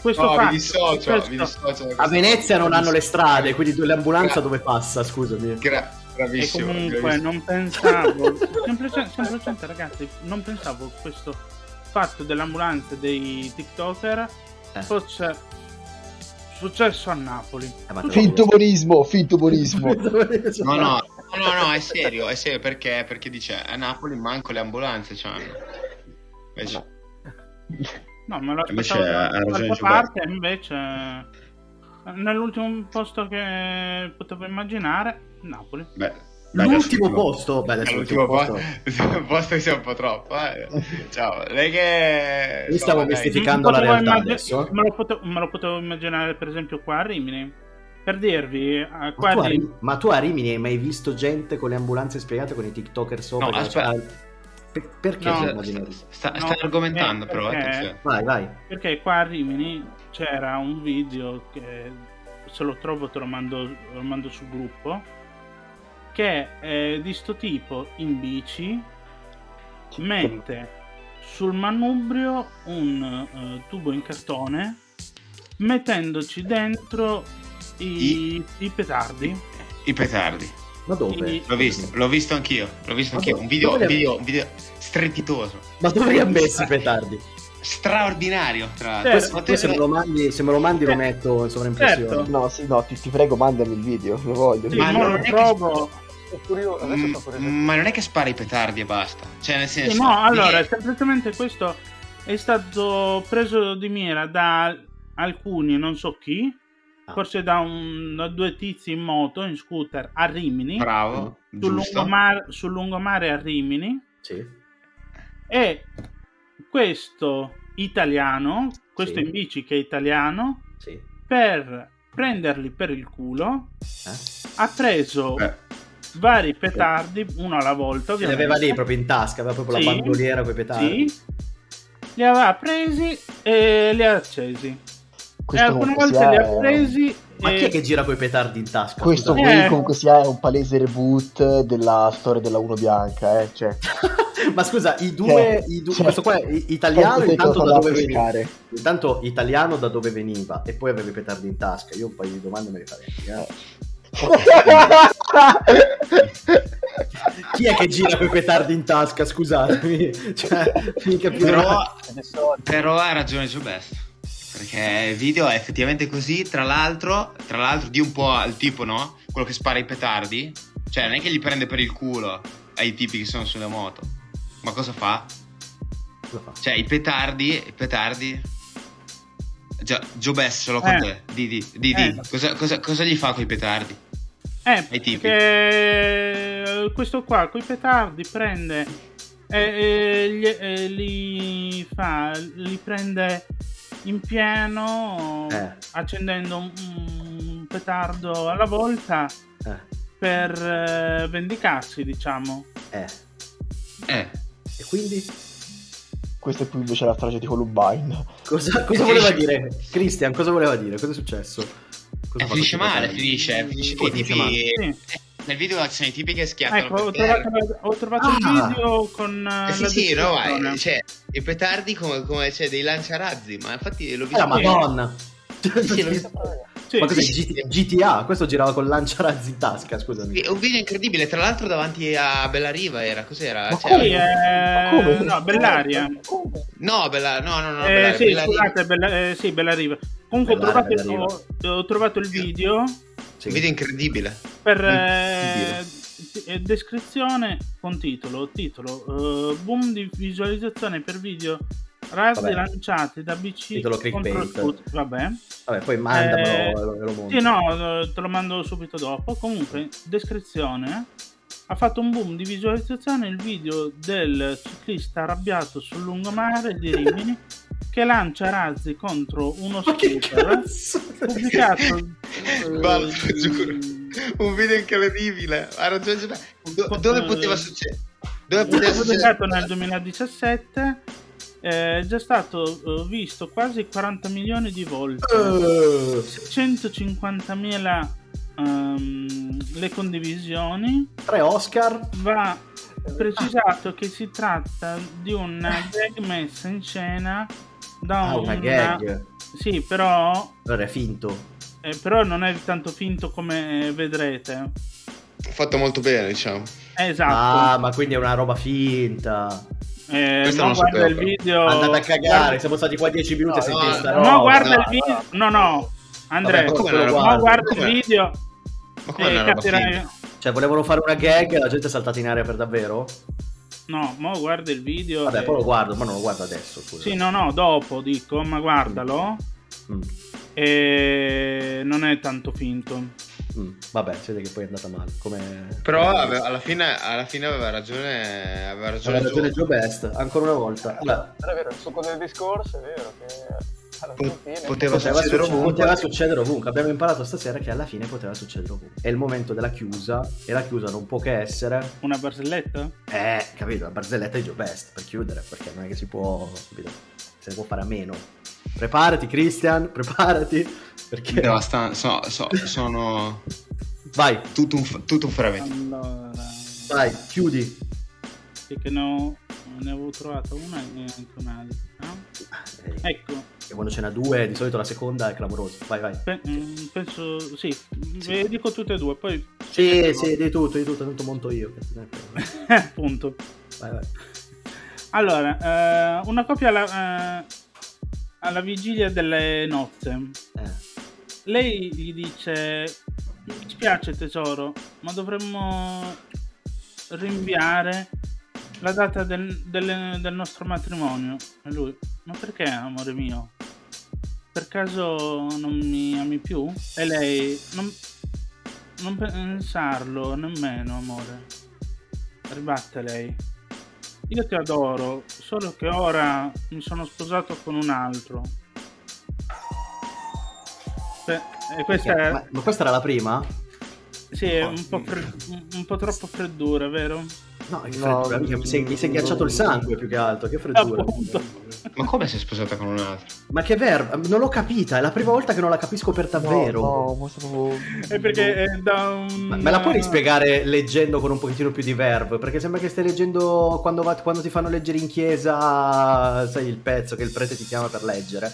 questo No, fatto, mi dissocio, questo- mi dissocio. da A questo. Venezia non hanno le strade, quindi l'ambulanza Gra- dove passa, scusami. Eh, Gra- E bravissimo. comunque bravissimo. non pensavo, semplice- semplicemente ragazzi, non pensavo questo fatto dell'ambulanza dei TikToker Eh. fosse successo a Napoli. Eh, ma te lo Finto dico. buonismo, finto buonismo. No, no, no, no, no, è serio, è serio perché, perché dice a Napoli manco le ambulanze c'hanno. Invece, No, me lo Invece aspettavo da ha ragione un'altra Giuseppe. parte, invece Nell'ultimo posto che potevo immaginare, Napoli. Beh, dai, L'ultimo adesso- posto, beh, adesso l'ultimo posto. po- posto che sia un po' troppo. eh. Ciao, lei che... Io stavo insomma, dai. vestiti- Verificando la Potevo realtà immagin- adesso, eh. Me lo, pote- me lo potevo immaginare, per esempio, qua a Rimini. Per dirvi, eh, qua Ma tu, a a Rimini. Ri- ma tu a Rimini hai mai visto gente con le ambulanze spiegate con i TikToker sopra? No, che- aspetta. Per- perché No. ti Sta- immagini così? sta, sta- No, sta argomentando eh, però, perché- attenzione. Vai, vai. Perché qua a Rimini c'era un video che se lo trovo te lo mando, lo mando sul gruppo. Che è di sto tipo in bici mette sul manubrio un eh, tubo in cartone mettendoci dentro i, i petardi. I petardi. Ma dove? I- L'ho visto, l'ho visto anch'io. L'ho visto Ma anch'io. dove- Un video, dove un li- video, un video strepitoso. Ma dove li ha messi i petardi? Straordinario, tra Certo. l'altro. mm, Poi se me lo mandi, se me lo, mandi Eh, lo metto in sovraimpressione. Certo. No, sì, no, ti, ti prego, mandami il video, lo voglio. Sì, Ma mo non lo è che- trovo. Sono curioso, adesso sono curioso. Mm, Ma non è che spara i petardi e basta. Cioè, nel Sì, senso. no, allora, eh, semplicemente questo è stato preso di mira da alcuni, non so chi, Ah. forse da, un- da due tizi in moto, in scooter, a Rimini, Bravo, sul giusto. lungomare, sul lungomare a Rimini, Sì. e questo italiano, questo Sì. in bici che è italiano, Sì. per prenderli per il culo, Eh? ha preso Eh, vari petardi, uno alla volta, Ce ovviamente. l'aveva lì proprio in tasca, aveva proprio Sì. la bandoliera con i petardi. Sì. Li aveva presi e li ha accesi. eh, e alcune comunque volte sia li è ha un- presi Ma e... chi è che gira con i petardi in tasca? Questo Scusa. qui Eh. comunque sia è un palese reboot della storia della 1 bianca, eh. Cioè, Ma scusa, i due, i due- Cioè, questo qua è i- italiano Forse intanto te da lo dove fanno veniva. pescare. Intanto italiano da dove veniva e poi aveva i petardi in tasca. Io un paio di domande me le farei. eh. Chi è che gira con i petardi in tasca? Scusatemi. Cioè, mi capirò. Però, Di solito. però ha ragione Joe Best. Perché il video è effettivamente così. Tra l'altro, tra l'altro, di un po' al tipo, no? Quello che spara i petardi. Cioè, non è che gli prende per il culo ai tipi che sono sulle moto. Ma cosa fa? Cosa fa? Cioè, i petardi. I petardi. Già, Joe Best, solo con Eh. te. Di, di, di, di. Eh. Cosa, cosa- cosa gli fa con i petardi? Eh, Ai tipi. perché eh, questo qua coi petardi prende e, e gli- e li fa, li prende in pieno Eh. accendendo un, un petardo alla volta Eh, per eh, vendicarsi, diciamo. eh. Eh. E quindi Questa qui invece è la strage di Columbine. cosa, cosa voleva dire? Christian, cosa voleva dire? Cosa è successo? Cosa Eh, ha fatto finisce con i male, petardi? finisce. finisce Come i finisce tipi- male? Sì. Nel video ci sono i tipi che schiattano. Ecco, ho per terra. trovato, ho trovato Ah. il video con eh, Eh sì, la sì, no, ma, descrizione. eh, cioè, i petardi come, come c'è dei lanciarazzi, ma infatti l'ho Eh, la visto. madonna. Sì, lo- Sì, Ma cos'è sì, sì. G- GTA? Questo girava con lanciarazzi in tasca, scusami. È un video incredibile, tra l'altro davanti a Bellariva era, cos'era? Ma Cioè, Sì, come? eh, no, Bellaria. Eh, Come? No, Bella, no, no, Ah, no, Eh, Bellari- sì, Bellariva. scusate, bella, eh, sì, bella riva. Comunque ho Bella trovato, Riva, Bella ho- ho trovato il video Sì. Un video incredibile. per Incredibile. eh, t- eh, descrizione con titolo, titolo eh, boom di visualizzazione per video razzi Vabbè. lanciati da BC Titolo contro clickbait. Scoot. Vabbè. Vabbè, poi mandamelo Eh, e lo, e lo monto. Sì, no, eh, te lo mando subito dopo. Comunque, descrizione. eh. Ha fatto un boom di visualizzazione il video del ciclista arrabbiato sul lungomare di Rimini che lancia razzi contro uno Ma che scooter eh. cazzo? pubblicato eh, Guarda, giuro. Un video incredibile. Ha ragione Giuseppe. Do- dove poteva succedere? Dove poteva succedere? eh, pubblicato nel 2017 eh, è già stato eh, visto quasi 40 milioni di volte Eh, 650.000 ehm, le condivisioni tre Oscar. va precisato che si tratta di una gag messa in scena da Ah, una gag. Sì, però, Allora è finto. eh, però non è tanto finto come eh, vedrete. Fatto molto bene, diciamo. Eh, Ah, Esatto. ma quindi è una roba finta. Eh, questo no, non lo guarda il sapevo, video. Andate a cagare, siamo stati qua 10 minuti a No, sentire no, sta no, roba. No, guarda no, il video. No, no. Andrea, Vabbè, come quello no, no, guarda. guarda Come? il video Ma come e una roba Eh, capirai. finta? Cioè, volevano fare una gag e la gente è saltata in aria per davvero? No, mo guarda il video. Vabbè, e- poi lo guardo, ma non lo guardo adesso, scusa. Sì, no, no, dopo dico, ma guardalo. Mm. e non è tanto finto. Mm, vabbè, si vede che poi è andata male. Come... Però come- ave- alla, fine, alla fine aveva ragione. Aveva ragione. Aveva ragione Gio. Joe Best, ancora una volta. Allora, Però è vero, il succo del discorso è vero che alla Po- fine poteva poteva, succedere succe- ovunque. poteva succedere ovunque. Abbiamo imparato stasera che alla fine poteva succedere ovunque. È il momento della chiusa e la chiusa non può che essere, Una barzelletta? eh, capito, la barzelletta di Joe Best per chiudere, perché non è che si può, capito, se ne può fare a meno. Preparati Christian, preparati, perché... Devastan- so- so- sono Vai, tutto un, f- tutto un ferramenta. Allora, vai, chiudi. sì che ne ho, ne avevo trovata una e ne ho anche un'altra. Eh, Ecco, che quando ce n'ha due, di solito la seconda è clamorosa. Vai, vai. pe- mm, penso, sì, ve le dico tutte e due, poi Sì, sì, di tutto, di tutto, tanto monto io. cazzo, dai, prego. appunto. Vai, vai. Allora, eh, una coppia alla, eh, alla vigilia delle nozze. Eh. Lei gli dice: Mi spiace, tesoro, ma dovremmo rinviare la data del, del- del nostro matrimonio. E lui: Ma perché, amore mio? Per caso non mi ami più? E lei: Non, non pensarlo nemmeno, amore. Ribatte lei. Io ti adoro, solo che ora mi sono sposato con un altro. Beh, e questa è, Eh, Ma, Mm. ma questa era la prima? sì, è un, po fre- un- un po' troppo freddura, vero? No, che freddura, mica, mi, sei, mi sei ghiacciato il sangue più che altro, che freddura. Appunto. Ma come si è sposata con un altro? Ma che verba, non l'ho capita, è la prima volta che non la capisco per davvero. No, no, ma sono... È perché è da un... Ma me la puoi rispiegare leggendo con un pochettino più di verve? Perché sembra che stai leggendo quando, va- quando ti fanno leggere in chiesa, sai, il pezzo che il prete ti chiama per leggere.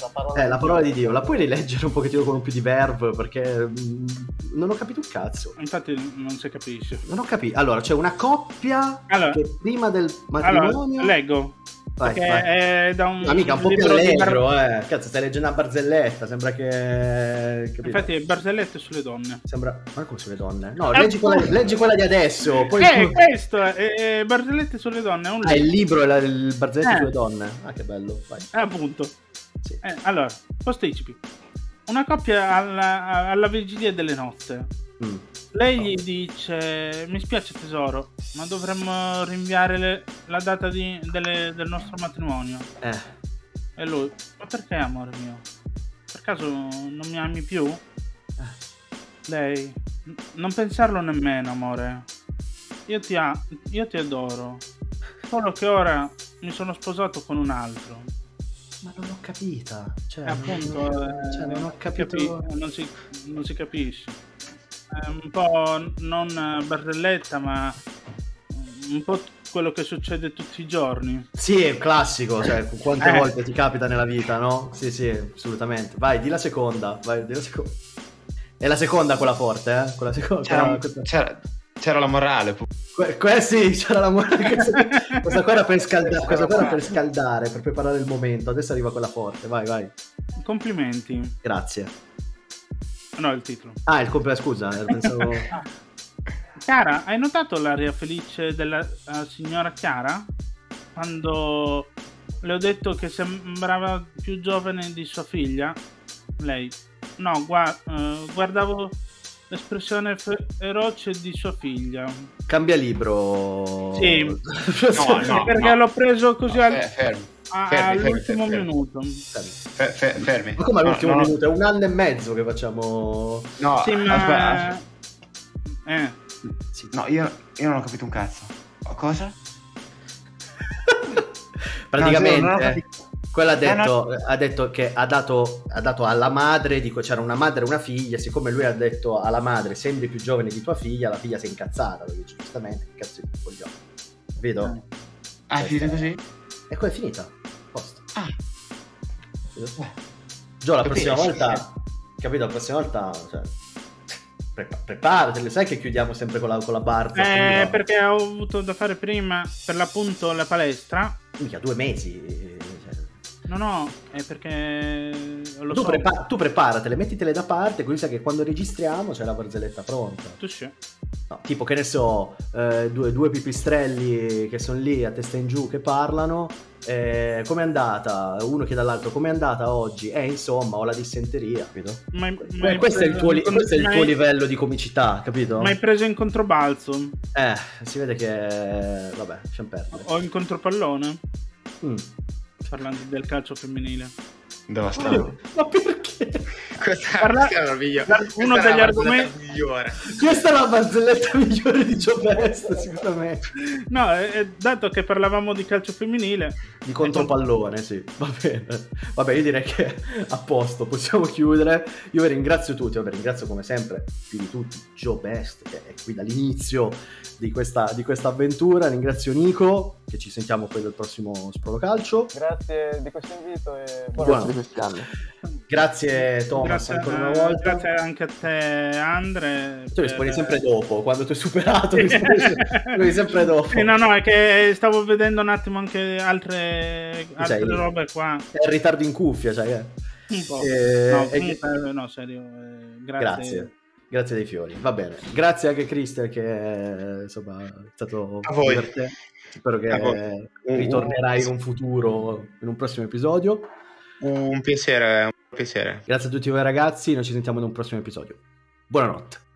la parola Eh, la parola di Dio, la puoi rileggere un pochettino con un più di verve? Perché mm, non ho capito un cazzo. Infatti non si capisce. Non ho capito. Allora, c'è una coppia Allora. che prima del matrimonio... Allora, leggo. Vai, che vai. è da un... Ah, mica un po' più libro di Bar- allegro, eh. Cazzo, stai leggendo una barzelletta. Sembra che. Capito? Infatti è barzellette sulle donne. Sembra. Ma come sulle donne? No, Eh, leggi, quella, leggi quella di adesso. Poi. Eh, questo è, è barzellette sulle donne, è un Ah, il libro. libro e la- il barzelletta Eh. sulle donne. Ah, che bello. Vai. Eh, appunto. Sì. Eh, allora, posticipi. Una coppia alla, alla vigilia delle nozze. Mm. Lei gli dice: Mi spiace, tesoro, ma dovremmo rinviare le- la data di- delle- del nostro matrimonio. Eh. E lui: Ma perché, amore mio? Per caso non mi ami più? Eh. Lei: "N- Non pensarlo nemmeno, amore. Io ti, a- io ti adoro. Solo che ora mi sono sposato con un altro. Ma non ho capita. Cioè, E appunto, non, eh, cioè, non ho si capito. capi- non, si, non si capisce. È un po' non eh, barzelletta, ma un po' t- quello che succede tutti i giorni. Sì, è un classico. Cioè, quante Eh. volte ti capita nella vita, no? Sì, sì, assolutamente. Vai, di la seconda. Vai, di la seconda. È la seconda quella forte, eh? Quella seconda. C'era, quella- c'era- c'era la morale. pu- Que- que- sì, c'era la morale. Questa, questa qua era per scaldare, questa qua era per scaldare, per preparare il momento. Adesso arriva quella forte, vai, vai. Complimenti. Grazie. No, il titolo. Ah, il compito, scusa, eh, pensavo... Cara, hai notato l'aria felice della eh, signora Chiara? Quando le ho detto che sembrava più giovane di sua figlia? Lei, no, gua- eh, guardavo l'espressione fe- feroce di sua figlia. Cambia libro. Sì. No, no, perché no. l'ho preso così No, fe- al- Eh, fermi, a- fermi, fermi, all'ultimo fermi. minuto. fe- fe- fermi. Ma come No, all'ultimo no, no. minuto? È un anno e mezzo che facciamo... No, Sì, ma- Ah, aspetta, aspetta. Eh. Sì. No, io, io non ho capito un cazzo. Cosa? No, giuro, Praticamente... non ho capito. Eh, Quella ha detto, No, ha detto che ha dato, ha dato alla madre, dico c'era una madre e una figlia, siccome lui ha detto alla madre sembri più giovane di tua figlia, la figlia si è incazzata, perché giustamente che cazzo di coglione. Vedo? Cioè, Ah, è finita così? E qua è finita. Posto. Ah. Vedo? Gio, la Capito, prossima sì, volta, capito, la prossima volta, cioè, prepa- preparateli, sai che chiudiamo sempre con la, con la barza? Eh, prima? perché ho avuto da fare prima per l'appunto la palestra. Minchia, due mesi. eh, cioè. No, no, è perché eh, lo Tu, so. prepa- tu preparatele, mettitele da parte, così sai che quando registriamo c'è la barzelletta pronta. Tu sì. No, tipo che ne so, eh, due, due pipistrelli che sono lì a testa in giù che parlano. Eh, com'è andata? Uno chiede all'altro com'è andata oggi? Eh, insomma, ho la dissenteria, capito? Ma, Eh, questo, è il tuo, li- questo è il tuo livello di comicità, capito? Ma hai preso in controbalzo Eh, si vede che... Vabbè, lasciamo perdere. o in contropallone, Mm. parlando del calcio femminile. Devastante. Ma perché? Questa, Parla- questa è la migliore. Uno questa è la degli barzelletta argomenti- migliore. Questa è la barzelletta migliore di Giovest, sicuramente. No, eh, eh, dato che parlavamo di calcio femminile, Di contropallone, sì. Va bene. Vabbè, io direi che a posto, possiamo chiudere. Io vi ringrazio tutti, vabbè, ringrazio come sempre più di tutti Joe Best, che è qui dall'inizio di questa, di questa avventura. Ringrazio Nico, che ci sentiamo poi del prossimo Sprolo Calcio. Grazie di questo invito e Buona- buona Grazie di quest'anno. Grazie Thomas grazie, ancora una eh, volta. grazie anche a te Andre. Tu rispondi sempre dopo, quando tu hai superato rispondi sempre- rispondi sempre dopo. Sì, Eh, no, no, è che stavo vedendo un attimo anche altre, altre Sei- robe qua. È in ritardo in cuffia, sai? eh. Un po'. Eh, no, e- comunque, no, serio, eh, Grazie. grazie. Grazie dei fiori, va bene. Grazie anche Christer che eh, insomma, è stato A voi. divertente. Spero A che voi. ritornerai in un futuro, in un prossimo episodio. Un piacere, un piacere. Grazie a tutti voi ragazzi, noi ci sentiamo in un prossimo episodio. Buonanotte.